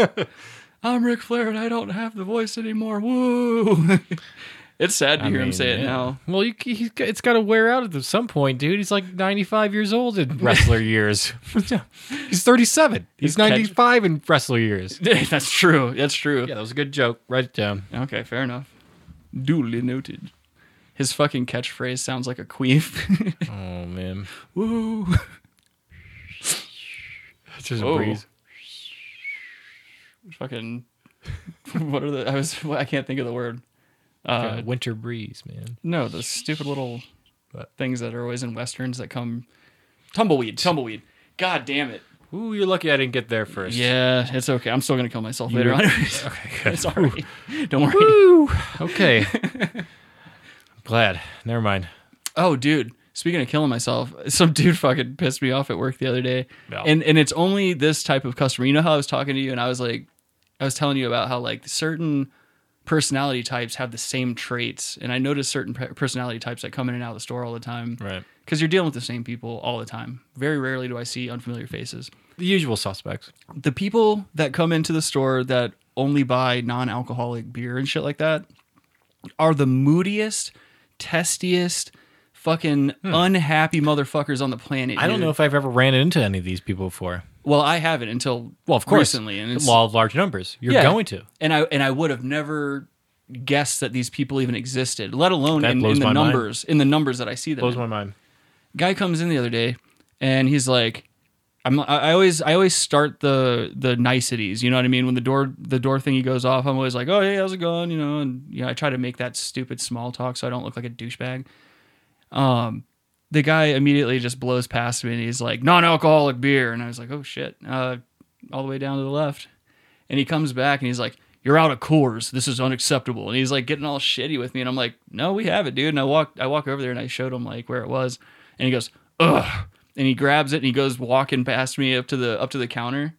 Speaker 1: I'm Ric Flair and I don't have the voice anymore. Woo! it's sad to hear him say it
Speaker 2: yeah.
Speaker 1: now.
Speaker 2: Well, you, he's, got- it's got to wear out at some point, dude. He's like 95 years old in wrestler years. he's 37. He's,
Speaker 1: He's catch-
Speaker 2: 95 in wrestler years.
Speaker 1: That's true. That's true.
Speaker 2: Yeah, that was a good joke. Write it down.
Speaker 1: Okay, fair enough. Duly noted. His fucking catchphrase sounds like a queef.
Speaker 2: Oh, man.
Speaker 1: Woo!
Speaker 2: It's just
Speaker 1: Whoa.
Speaker 2: a breeze.
Speaker 1: Fucking. What are the? I was. I can't think of the word.
Speaker 2: Yeah,
Speaker 1: Uh,
Speaker 2: winter breeze, man.
Speaker 1: no, the stupid little
Speaker 2: What?
Speaker 1: things that are always in westerns that come. Tumbleweed. Tumbleweed. God damn it.
Speaker 2: Ooh, you're lucky I didn't get there first.
Speaker 1: Yeah, it's okay. I'm still gonna kill myself
Speaker 2: You-
Speaker 1: later on.
Speaker 2: Okay, good.
Speaker 1: it's alright. Don't worry.
Speaker 2: Woo. Okay. I'm glad. Never mind.
Speaker 1: Oh, dude. Speaking of killing myself, some dude fucking pissed me off at work the other day.
Speaker 2: Yeah.
Speaker 1: And and it's only this type of customer. You know how I was talking to you and I was like I was telling you about how like certain personality types have the same traits and I noticed certain pe- personality types that come in and out of the store all the time.
Speaker 2: Right.
Speaker 1: Cuz you're dealing with the same people all the time. Very rarely do I see unfamiliar faces.
Speaker 2: The usual suspects.
Speaker 1: The people that come into the store that only buy non-alcoholic beer and shit like that are the moodiest, testiest, fucking unhappy motherfuckers on the planet.
Speaker 2: Hmm. I don't
Speaker 1: dude.
Speaker 2: know if I've ever ran into any of these people before.
Speaker 1: Well, I haven't until
Speaker 2: Well, of course.
Speaker 1: recently, and it's,
Speaker 2: law of large numbers. You're
Speaker 1: Yeah.
Speaker 2: going to.
Speaker 1: and I and I would have never guessed that these people even existed, let alone
Speaker 2: That
Speaker 1: in,
Speaker 2: blows
Speaker 1: in the
Speaker 2: my mind.
Speaker 1: numbers in the numbers that I see them.
Speaker 2: Blows
Speaker 1: in.
Speaker 2: my mind.
Speaker 1: Guy comes in the other day, and he's like. I'm, I I always I always start the the niceties, you know what I mean. When the door the door thingy goes off, I'm always like, oh hey, how's it going, you know, and you know I try to make that stupid small talk so I don't look like a douchebag. Um, the guy immediately just blows past me and he's like non-alcoholic beer and i was like oh shit uh, all the way down to the left and he comes back and he's like you're out of coors this is unacceptable and he's like getting all shitty with me and i'm like no we have it dude and i walk i walk over there and i showed him like where it was and he goes ugh and he grabs it and he goes walking past me up to the up to the counter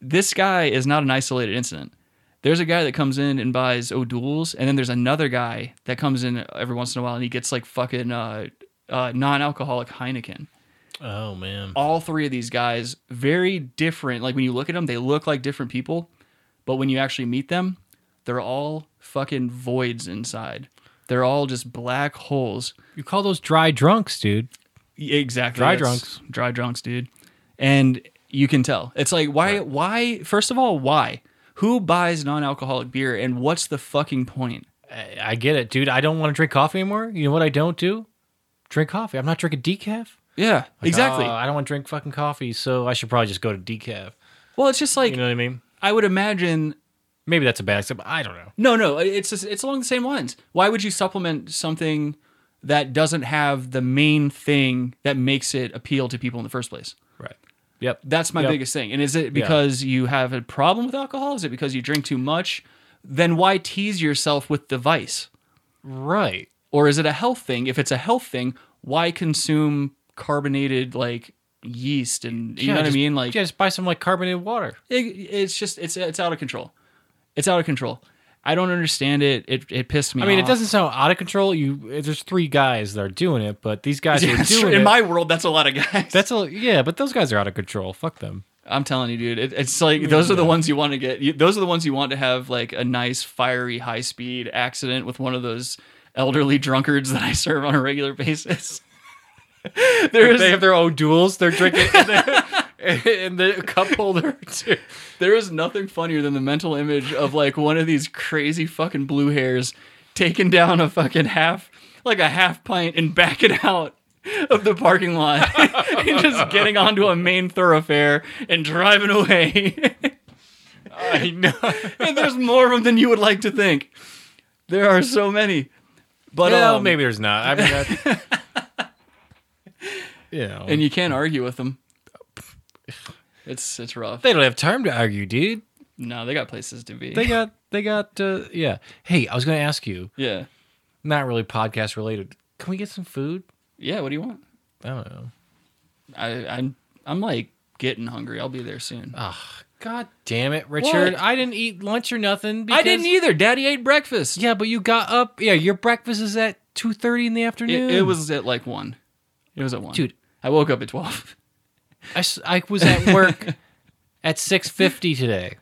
Speaker 1: this guy is not an isolated incident there's a guy that comes in and buys O'Doul's, and then there's another guy that comes in every once in a while and he gets like fucking uh, uh, non-alcoholic Heineken.
Speaker 2: Oh man.
Speaker 1: All three of these guys, very different. Like when you look at them, they look like different people, but when you actually meet them, they're all fucking voids inside. They're all just black holes. E,
Speaker 2: You call those dry drunks, dude.
Speaker 1: Exactly.
Speaker 2: Dry
Speaker 1: that's-
Speaker 2: drunks.
Speaker 1: Dry drunks, dude. And you can tell. It's like why why first of all, why? Who buys non-alcoholic beer and what's the fucking point?
Speaker 2: I, I get it, dude. I don't want to drink coffee anymore. You know what I don't do? Drink coffee. I'm not drinking decaf.
Speaker 1: Yeah,
Speaker 2: Like,
Speaker 1: exactly.
Speaker 2: "Oh, I don't want to drink fucking coffee, so I should probably just go to decaf.
Speaker 1: well, it's just like
Speaker 2: You know what I mean?
Speaker 1: I would imagine.
Speaker 2: Maybe that's a bad example. I don't know.
Speaker 1: No, no, uh, it's just, it's along the same lines. Why would you supplement something that doesn't have the main thing that makes it appeal to people in the first place?
Speaker 2: Right. Yep.
Speaker 1: That's my
Speaker 2: Yep.
Speaker 1: biggest thing. And is it because you have a problem with alcohol? Is it because you drink too much? Then why tease yourself with the vice?
Speaker 2: Right.
Speaker 1: Or is it a health thing? If it's a health thing, why consume carbonated like yeast and you know what
Speaker 2: just-
Speaker 1: I mean? Like
Speaker 2: yeah, just buy some like carbonated water.
Speaker 1: it, it's just it's it's out of control. It's out of control. I don't understand it. It it pissed me.
Speaker 2: I mean, it
Speaker 1: off.
Speaker 2: doesn't sound out of control. You, there's three guys that are doing it, but these guys
Speaker 1: Yeah,
Speaker 2: are
Speaker 1: that's
Speaker 2: doing
Speaker 1: true. in
Speaker 2: it.
Speaker 1: my world. That's a lot of guys.
Speaker 2: that's a yeah, but those guys are out of control. Fuck them.
Speaker 1: I'm telling you, dude. It, it's like those are the ones you want to get. You, those are the ones you want to have like a nice fiery high speed accident with one of those elderly drunkards that I serve on a regular basis. there is
Speaker 2: They have their own duels. They're drinking in the, in the cup holder too.
Speaker 1: There is nothing funnier than the mental image of like one of these crazy fucking blue hairs taking down a fucking half like a half pint and backing out of the parking lot and just getting onto a main thoroughfare and driving away.
Speaker 2: I know.
Speaker 1: and there's more of them than you would like to think. There are so many. But
Speaker 2: well,
Speaker 1: um,
Speaker 2: maybe there's not. I mean, that's, you know,
Speaker 1: and you can't argue with them. It's it's rough.
Speaker 2: they don't have time to argue, dude.
Speaker 1: no, they got places to be.
Speaker 2: They got, they got, uh, yeah. Hey, I was going to ask you,
Speaker 1: yeah.
Speaker 2: not really podcast related. Can we get some food?
Speaker 1: Yeah, what do you want?
Speaker 2: I don't know.
Speaker 1: I I'm I'm like getting hungry. I'll be there soon.
Speaker 2: Ah, God damn it, Richard!
Speaker 1: What?
Speaker 2: I didn't eat lunch or nothing. Because,
Speaker 1: I didn't either. Daddy ate breakfast.
Speaker 2: Yeah, but you got up. Yeah, your breakfast is at two thirty in the afternoon.
Speaker 1: It, it was at like one. It was at one.
Speaker 2: Dude.
Speaker 1: I woke up at twelve.
Speaker 2: I, s- I was at work at six fifty today.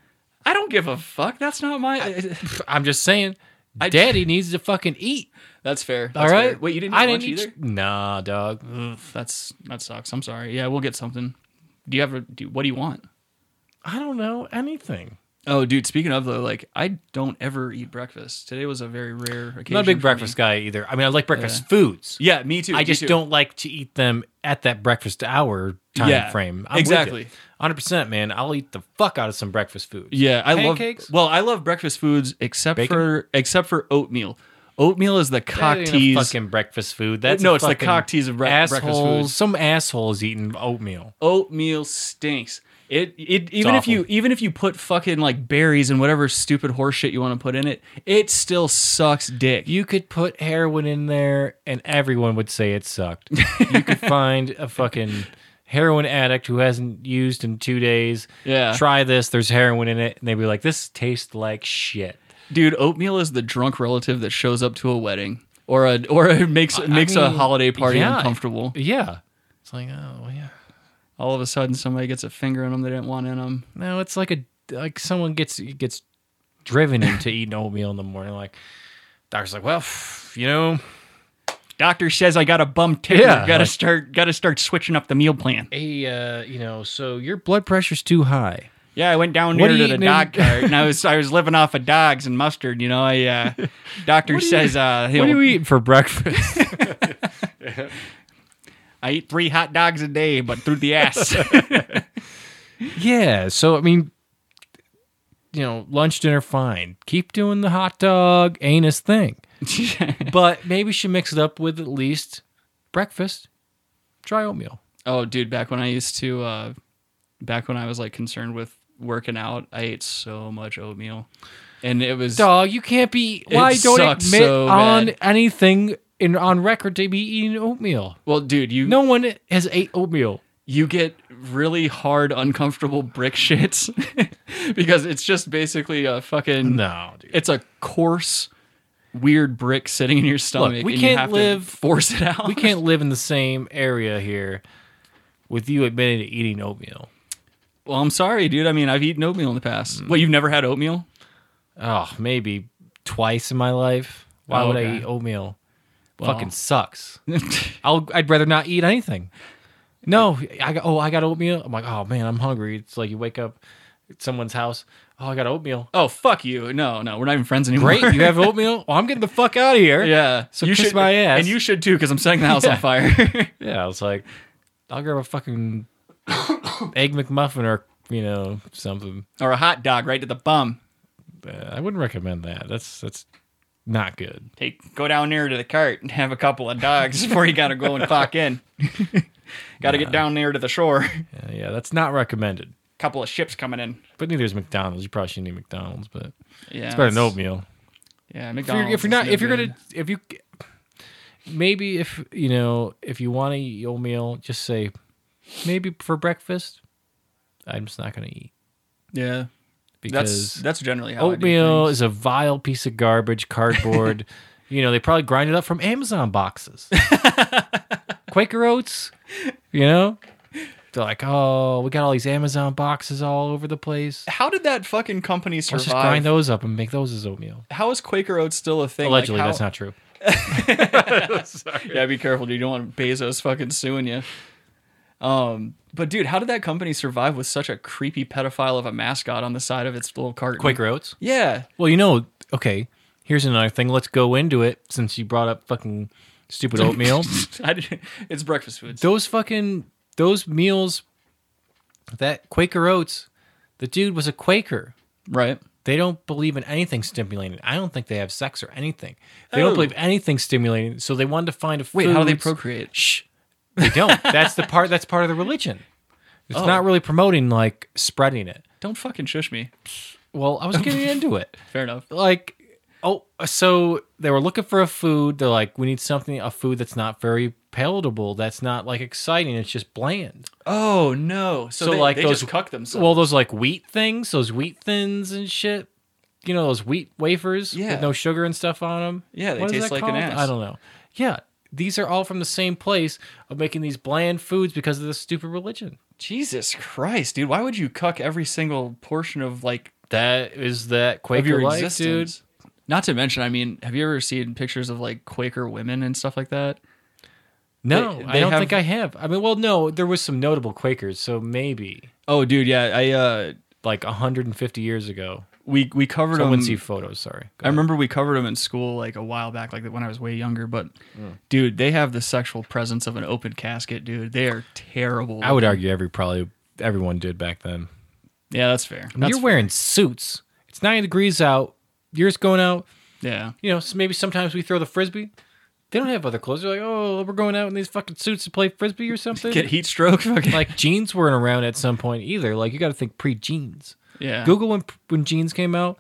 Speaker 1: I don't give a fuck. That's not my.
Speaker 2: I'm just saying,
Speaker 1: I-
Speaker 2: Daddy needs to fucking eat.
Speaker 1: that's fair. That's
Speaker 2: all right.
Speaker 1: fair. Wait, you didn't eat
Speaker 2: I
Speaker 1: lunch
Speaker 2: didn't
Speaker 1: either.
Speaker 2: eat- Nah, dog.
Speaker 1: Ugh, that's that sucks. I'm sorry. Yeah, we'll get something. Do you ever? Do, what do you want?
Speaker 2: I don't know anything.
Speaker 1: Oh, dude. Speaking of though, like I don't ever eat breakfast. Today was a very rare occasion.
Speaker 2: I'm not a
Speaker 1: for
Speaker 2: big
Speaker 1: me.
Speaker 2: breakfast guy either. I mean, I like breakfast foods.
Speaker 1: Yeah, me too.
Speaker 2: I
Speaker 1: me
Speaker 2: just
Speaker 1: too.
Speaker 2: don't like to eat them at that breakfast hour time
Speaker 1: Yeah,
Speaker 2: frame.
Speaker 1: exactly.
Speaker 2: Hundred percent, man. I'll eat the fuck out of some breakfast food.
Speaker 1: Yeah, I
Speaker 2: Pancakes?
Speaker 1: love. Well, I love breakfast foods except
Speaker 2: Bacon?
Speaker 1: for except for oatmeal. Oatmeal is the
Speaker 2: That
Speaker 1: cock
Speaker 2: ain't a
Speaker 1: tease.
Speaker 2: fucking breakfast food. That's
Speaker 1: No,
Speaker 2: a
Speaker 1: it's the
Speaker 2: fucking
Speaker 1: cock tease of bre- breakfast
Speaker 2: assholes.
Speaker 1: foods.
Speaker 2: Some assholes eating oatmeal.
Speaker 1: Oatmeal stinks. It it even if
Speaker 2: awful.
Speaker 1: you even if you put fucking like berries and whatever stupid horse shit you want to put in it, it still sucks dick.
Speaker 2: You could put heroin in there, and everyone would say it sucked. you could find a fucking heroin addict who hasn't used in two days.
Speaker 1: Yeah.
Speaker 2: try this. There's heroin in it, and they'd be like, "This tastes like shit."
Speaker 1: Dude, oatmeal is the drunk relative that shows up to a wedding or a or a, makes makes a
Speaker 2: mean,
Speaker 1: holiday party
Speaker 2: yeah.
Speaker 1: uncomfortable.
Speaker 2: Yeah, it's like, oh yeah.
Speaker 1: All of a sudden, somebody gets a finger in them they didn't want in them.
Speaker 2: No, it's like a like someone gets gets driven into eating oatmeal in the morning. Like, doctor's like, well, you know,
Speaker 1: Doctor says I got a bum ticker.
Speaker 2: Yeah.
Speaker 1: gotta start gotta start switching up the meal plan.
Speaker 2: hey, uh, you know, so your blood pressure's too high.
Speaker 1: Yeah, I went down
Speaker 2: What
Speaker 1: there
Speaker 2: do
Speaker 1: to
Speaker 2: you
Speaker 1: the
Speaker 2: eat now?
Speaker 1: dog cart, and I was I was living off of dogs and mustard. You know, I uh, doctor says uh,
Speaker 2: What
Speaker 1: he'll-
Speaker 2: are you eating for breakfast?
Speaker 1: I eat three hot dogs a day, but through the ass.
Speaker 2: yeah, so I mean, you know, lunch, dinner, fine. Keep doing the hot dog anus thing, but maybe you should mix it up with at least breakfast, dry oatmeal.
Speaker 1: oh, dude, back when I used to, uh, back when I was like concerned with working out, I ate so much oatmeal, and it was
Speaker 2: Dog, you can't be. Why don't
Speaker 1: sucks
Speaker 2: admit
Speaker 1: so
Speaker 2: on
Speaker 1: bad.
Speaker 2: anything in on record to be eating oatmeal?
Speaker 1: well, dude, you
Speaker 2: No one has ate oatmeal.
Speaker 1: you get really hard, uncomfortable brick shits because it's just basically a fucking
Speaker 2: No, dude.
Speaker 1: it's a coarse, weird brick sitting in your stomach.
Speaker 2: we
Speaker 1: and you
Speaker 2: can't
Speaker 1: have
Speaker 2: live-
Speaker 1: to force it out.
Speaker 2: We can't live in the same area here with you admitting to eating oatmeal.
Speaker 1: Well, I'm sorry, dude. I mean, I've eaten oatmeal in the
Speaker 2: Mm.
Speaker 1: past. Well, you've never had oatmeal?
Speaker 2: Oh, maybe twice in my life. Why
Speaker 1: Oh,
Speaker 2: would I
Speaker 1: okay.
Speaker 2: eat oatmeal?
Speaker 1: Well.
Speaker 2: Fucking sucks. I'll, I'd rather not eat anything. No, I got. Oh, I got oatmeal. I'm like, oh man, I'm hungry. It's like you wake up at someone's house. Oh, I got oatmeal.
Speaker 1: oh, fuck you. No, no, we're not even friends anymore.
Speaker 2: Great, you have oatmeal. Well, I'm getting the fuck out of here.
Speaker 1: yeah.
Speaker 2: So kiss my ass.
Speaker 1: and you should too, because I'm setting the house on fire.
Speaker 2: Yeah, I was like, I'll grab a fucking egg McMuffin or you know something.
Speaker 1: or a hot dog right to the bum.
Speaker 2: Uh, I wouldn't recommend that. That's that's not good.
Speaker 1: Take go down there to the cart and have a couple of dogs before you gotta go and clock in. gotta get down there to the shore.
Speaker 2: Uh, yeah, that's not recommended.
Speaker 1: couple of ships coming in.
Speaker 2: But neither is McDonald's. You probably shouldn't eat McDonald's, but it's
Speaker 1: Yeah.
Speaker 2: better than
Speaker 1: it's-
Speaker 2: oatmeal.
Speaker 1: Yeah,
Speaker 2: If you're,
Speaker 1: McDonald's.
Speaker 2: if you're
Speaker 1: is
Speaker 2: not,
Speaker 1: no
Speaker 2: if you're
Speaker 1: good.
Speaker 2: gonna, if you, maybe if you know, if you want to eat oatmeal, just say, maybe for breakfast, I'm just not gonna eat
Speaker 1: Yeah. That's
Speaker 2: because
Speaker 1: that's generally how I do
Speaker 2: oatmeal
Speaker 1: things.
Speaker 2: is a vile piece of garbage, cardboard. you know, they probably grind it up from Amazon boxes. Quaker oats, you know? They're like, oh, we got all these Amazon boxes all over the place.
Speaker 1: How did that fucking company
Speaker 2: Let's just grind
Speaker 1: survive?
Speaker 2: those up and make those as oatmeal.
Speaker 1: How is Quaker Oats still a thing? Like,
Speaker 2: Allegedly,
Speaker 1: how-
Speaker 2: that's not true.
Speaker 1: Yeah, be careful, dude. You don't want Bezos fucking suing you. Um, but dude, how did that company survive with such a creepy pedophile of a mascot on the side of its little carton?
Speaker 2: Quaker oats?
Speaker 1: Yeah.
Speaker 2: Well, you know, okay, here's another thing. Let's go into it since you brought up fucking stupid oatmeal.
Speaker 1: I did- it's breakfast foods.
Speaker 2: those fucking those meals, that Quaker Oats, the dude was a Quaker.
Speaker 1: Right.
Speaker 2: They don't believe in anything stimulating. I don't think they have sex or anything. They don't
Speaker 1: Oh.
Speaker 2: believe anything stimulating. So they wanted to find a
Speaker 1: Wait, how do they
Speaker 2: foods-
Speaker 1: procreate?
Speaker 2: Shh, they don't. that's the part. That's part of the religion. It's
Speaker 1: Oh.
Speaker 2: not really promoting like spreading it.
Speaker 1: Don't fucking shush me.
Speaker 2: Well, I was getting into it.
Speaker 1: Fair enough.
Speaker 2: Like, oh, so they were looking for a food. They're like, we need something, a food that's not very palatable, that's not like exciting. It's just bland.
Speaker 1: Oh no. So, they, like they just cuck themselves.
Speaker 2: Well, those like wheat things, those wheat thins and shit. You know those wheat wafers
Speaker 1: Yeah.
Speaker 2: with no sugar and stuff on them.
Speaker 1: Yeah, they
Speaker 2: is
Speaker 1: taste like
Speaker 2: that
Speaker 1: an ass.
Speaker 2: I don't know. Yeah, these are all from the same place of making these bland foods because of this stupid religion.
Speaker 1: Jesus Christ, dude! Why would you cuck every single portion of like
Speaker 2: That is that Quaker
Speaker 1: of your
Speaker 2: life,
Speaker 1: existence? Not to mention, I mean, have you ever seen pictures of like Quaker women and stuff like that?
Speaker 2: dude. No,
Speaker 1: They-
Speaker 2: I
Speaker 1: they
Speaker 2: don't
Speaker 1: have-
Speaker 2: think I have. I mean, well, no, there was some notable Quakers, so maybe
Speaker 1: Oh, dude, yeah. I uh,
Speaker 2: like 150 years ago.
Speaker 1: we we covered
Speaker 2: I
Speaker 1: them.
Speaker 2: wouldn't see photos. Sorry, Go
Speaker 1: Um, I
Speaker 2: ahead.
Speaker 1: remember we covered them in school like a while back, like when I was way younger. But dude, they have the sexual presence of an open casket, dude. They are terrible.
Speaker 2: I would argue every probably everyone did back then.
Speaker 1: Yeah, that's fair.
Speaker 2: I mean,
Speaker 1: That's
Speaker 2: you're wearing suits. It's 90 degrees out. You're just going out.
Speaker 1: yeah.
Speaker 2: You know, so maybe sometimes we throw the frisbee. They don't have other clothes. They're like, oh, we're going out in these fucking suits to play frisbee or something.
Speaker 1: Get heat stroke. Fucking-
Speaker 2: like jeans weren't around at some point either. Like you got to think pre jeans.
Speaker 1: yeah. Uh.
Speaker 2: Google when when jeans came out.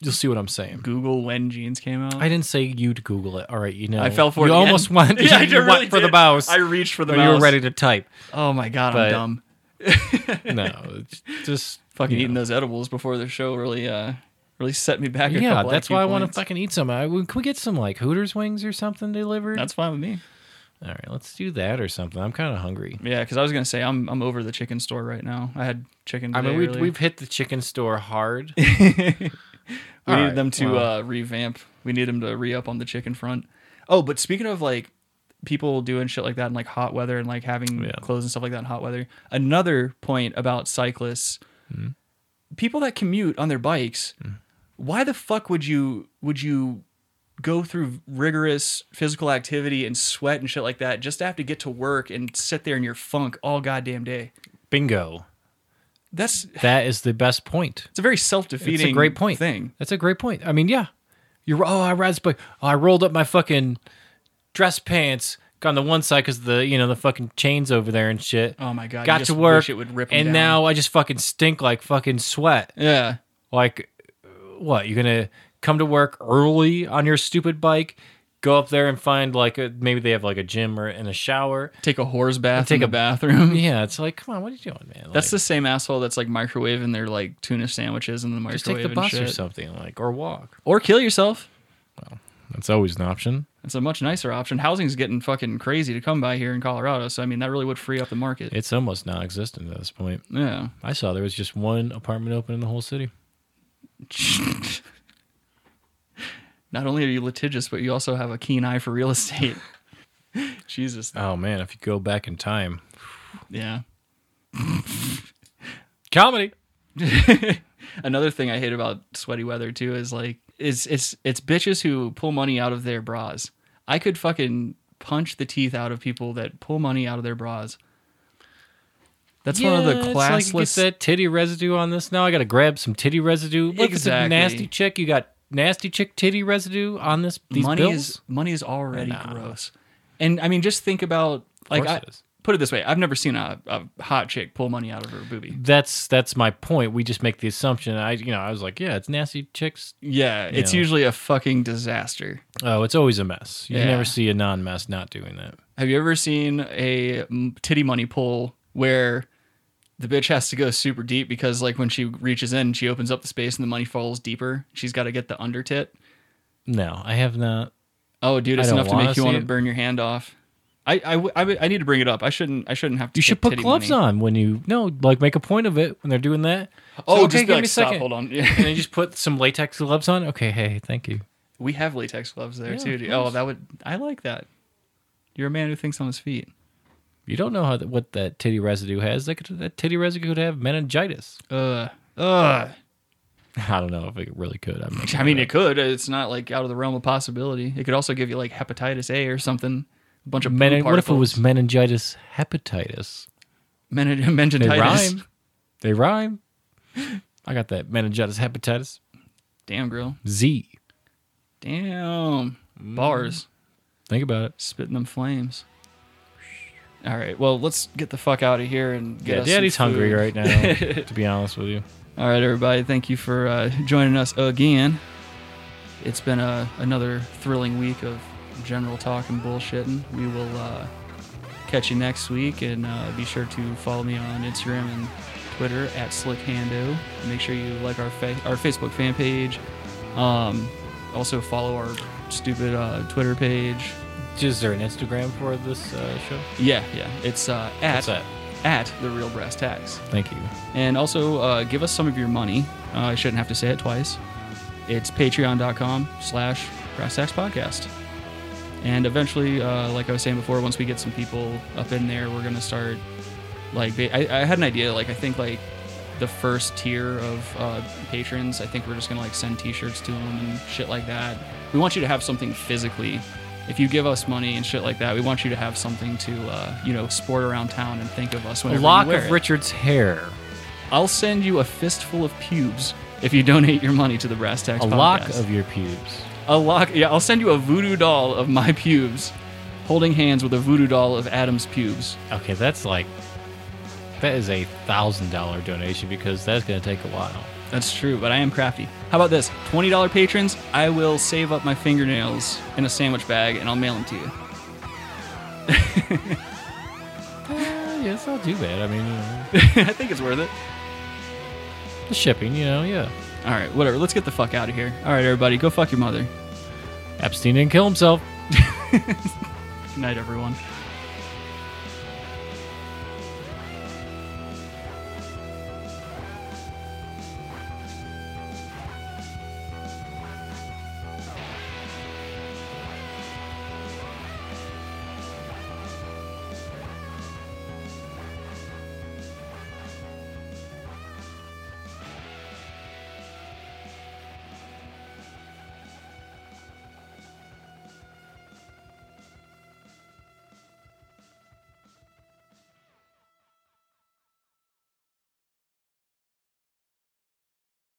Speaker 2: You'll see what I'm saying.
Speaker 1: Google when jeans came out.
Speaker 2: I didn't say you to Google it. All right, you know.
Speaker 1: I fell for
Speaker 2: you
Speaker 1: it again.
Speaker 2: almost went.
Speaker 1: Yeah, I
Speaker 2: you
Speaker 1: really
Speaker 2: went for the
Speaker 1: did.
Speaker 2: mouse.
Speaker 1: I reached for the
Speaker 2: when you were
Speaker 1: mouse.
Speaker 2: ready to type.
Speaker 1: Oh my god,
Speaker 2: But-
Speaker 1: I'm dumb.
Speaker 2: No, it's just
Speaker 1: Fucking
Speaker 2: you know.
Speaker 1: eating those edibles before the show really uh really set me back. A
Speaker 2: Yeah,
Speaker 1: couple
Speaker 2: that's
Speaker 1: IQ
Speaker 2: why I want to
Speaker 1: points.
Speaker 2: fucking eat some. I, we- can we get some like Hooters wings or something delivered?
Speaker 1: That's fine with me.
Speaker 2: All right, let's do that or something. I'm kind of hungry.
Speaker 1: Yeah, because I was gonna say I'm I'm over the chicken store right now. I had chicken.
Speaker 2: I
Speaker 1: Today,
Speaker 2: mean, we,
Speaker 1: really.
Speaker 2: we've hit the chicken store hard.
Speaker 1: we
Speaker 2: All
Speaker 1: needed
Speaker 2: right,
Speaker 1: them to
Speaker 2: well.
Speaker 1: uh, revamp. We need them to re up on the chicken front. Oh, but speaking of like people doing shit like that in like hot weather and like having
Speaker 2: Yeah.
Speaker 1: clothes and stuff like that in hot weather, another point about cyclists,
Speaker 2: Mm-hmm.
Speaker 1: people that commute on their bikes,
Speaker 2: Mm.
Speaker 1: why the fuck would you would you go through rigorous physical activity and sweat and shit like that just to have to get to work and sit there in your funk all goddamn day?
Speaker 2: Bingo.
Speaker 1: That's
Speaker 2: That is the best point.
Speaker 1: it's a very self defeating.
Speaker 2: It's a great point.
Speaker 1: Thing.
Speaker 2: That's a great point. I mean, yeah. You're oh, I rides but oh, I rolled up my fucking dress pants on the one side because the you know the fucking chains over there and shit.
Speaker 1: Oh my god! you
Speaker 2: Got
Speaker 1: just
Speaker 2: to work.
Speaker 1: Wish it would rip. 'em
Speaker 2: and
Speaker 1: down.
Speaker 2: now I just fucking stink like fucking sweat.
Speaker 1: Yeah.
Speaker 2: Like, what? You're gonna come to work early on your stupid bike, go up there and find like a, maybe they have like a gym or in a shower.
Speaker 1: Take a whore's bath.
Speaker 2: Take
Speaker 1: in the
Speaker 2: a-
Speaker 1: bathroom.
Speaker 2: Yeah, it's like, come on, what are you doing, man?
Speaker 1: That's
Speaker 2: like,
Speaker 1: the same asshole that's like microwaving their like tuna sandwiches in the microwave.
Speaker 2: just take the
Speaker 1: and
Speaker 2: bus or
Speaker 1: shit.
Speaker 2: something, like or walk.
Speaker 1: Or kill yourself.
Speaker 2: That's always an option.
Speaker 1: It's a much nicer option. Housing's getting fucking crazy to come by here in Colorado, so I mean that really would free up the market.
Speaker 2: It's almost non-existent at this point.
Speaker 1: yeah.
Speaker 2: I saw there was just one apartment open in the whole city.
Speaker 1: Not only are you litigious, but you also have a keen eye for real estate. Jesus.
Speaker 2: Oh man, if you go back in time,
Speaker 1: Yeah.
Speaker 2: comedy.
Speaker 1: Another thing I hate about sweaty weather too is like it's it's it's bitches who pull money out of their bras. I could fucking punch the teeth out of people that pull money out of their bras. That's one of the
Speaker 2: Like, get
Speaker 1: classless.
Speaker 2: that titty residue on this now. I got to grab some titty residue. Look at the
Speaker 1: Exactly.
Speaker 2: nasty chick. You got nasty chick titty residue on this. These
Speaker 1: money
Speaker 2: bills.
Speaker 1: is money is already
Speaker 2: Nah.
Speaker 1: gross, and I mean just think about like
Speaker 2: course
Speaker 1: I,
Speaker 2: it is.
Speaker 1: put it this way: I've never seen a, a hot chick pull money out of her boobie.
Speaker 2: that's that's my point. We just make the assumption. I you know I was like, yeah, it's nasty chicks.
Speaker 1: Yeah, it's
Speaker 2: Yeah.
Speaker 1: usually a fucking disaster.
Speaker 2: Oh, it's always a mess. You
Speaker 1: Yeah.
Speaker 2: never see a non mess not doing that.
Speaker 1: Have you ever seen a mm, titty money pull where the bitch has to go super deep because, like, when she reaches in, she opens up the space and the money falls deeper. She's got to get the under tit.
Speaker 2: No, I have not.
Speaker 1: Oh, dude,
Speaker 2: I
Speaker 1: it's
Speaker 2: don't
Speaker 1: enough to
Speaker 2: wanna
Speaker 1: make you
Speaker 2: see
Speaker 1: want to
Speaker 2: it.
Speaker 1: burn your hand off. I, I, w- I, w- I need to bring it up. I shouldn't I shouldn't have to.
Speaker 2: You should put gloves on when you no like make a point of it when they're doing that.
Speaker 1: Oh,
Speaker 2: So,
Speaker 1: just be
Speaker 2: give
Speaker 1: like,
Speaker 2: me a
Speaker 1: stop.
Speaker 2: second."
Speaker 1: Hold on.
Speaker 2: And then just put some latex gloves on. Okay, hey, thank you.
Speaker 1: we have latex gloves there
Speaker 2: Yeah,
Speaker 1: too.
Speaker 2: of
Speaker 1: Dude. Oh,
Speaker 2: course.
Speaker 1: that would I like that. You're a man who thinks on his feet.
Speaker 2: You don't know how that what that titty residue has. That could, that titty residue could have meningitis.
Speaker 1: Uh, uh.
Speaker 2: I don't know if it really could. I'm
Speaker 1: I mean, it could. It's not like out of the realm of possibility. It could also give you like hepatitis A or something. A bunch of
Speaker 2: Men-
Speaker 1: poop
Speaker 2: what if it
Speaker 1: particles.
Speaker 2: was meningitis, hepatitis?
Speaker 1: menin-
Speaker 2: They
Speaker 1: meningitis?
Speaker 2: rhyme. They rhyme. I got that meningitis, hepatitis,
Speaker 1: Damn, grill.
Speaker 2: Z.
Speaker 1: Damn.
Speaker 2: Mm.
Speaker 1: Bars.
Speaker 2: Think about it.
Speaker 1: Spitting them flames. All right. Well, let's get the fuck out of here and get
Speaker 2: Yeah,
Speaker 1: us some
Speaker 2: Daddy's hungry
Speaker 1: food.
Speaker 2: right now. to be honest with you,
Speaker 1: All right, everybody. Thank you for uh, joining us again. It's been a, another thrilling week of general talk and bullshitting. We will uh, catch you next week, and uh, be sure to follow me on Instagram and Twitter at SlickHando. Make sure you like our fa- our Facebook fan page. Um, also follow our stupid uh, Twitter page.
Speaker 2: is there an Instagram for this uh, show?
Speaker 1: Yeah, yeah. It's uh, at
Speaker 2: What's that?
Speaker 1: at the real brass tacks.
Speaker 2: Thank you.
Speaker 1: And also, uh, give us some of your money. Uh, I shouldn't have to say it twice. It's patreon.com slash brass tacks podcast. And eventually, uh, like I was saying before, once we get some people up in there, we're going to start, like, ba- I, I had an idea, like, I think, like, the first tier of uh, patrons, I think we're just going to, like, send t-shirts to them and shit like that. We want you to have something physically. If you give us money and shit like that, we want you to have something to, uh, you know, sport around town and think of us
Speaker 2: A
Speaker 1: whenever
Speaker 2: lock
Speaker 1: you wear
Speaker 2: of
Speaker 1: it.
Speaker 2: Richard's hair.
Speaker 1: I'll send you a fistful of pubes if you donate your money to the Brass Tacks
Speaker 2: A
Speaker 1: podcast.
Speaker 2: lock of your pubes.
Speaker 1: a lock. Yeah, I'll send you a voodoo doll of my pubes, holding hands with a voodoo doll of Adam's pubes.
Speaker 2: Okay, that's like that is a thousand dollar donation because that's gonna take a while.
Speaker 1: That's true, but I am crafty. How about this? Twenty dollar patrons. I will save up my fingernails in a sandwich bag and I'll mail them to you.
Speaker 2: yes, I'll do that. I mean,
Speaker 1: I think it's worth it.
Speaker 2: the shipping, you know, yeah.
Speaker 1: All right, whatever. Let's get the fuck out of here. All right, everybody, go fuck your mother.
Speaker 2: Epstein didn't kill himself.
Speaker 1: Good night, everyone.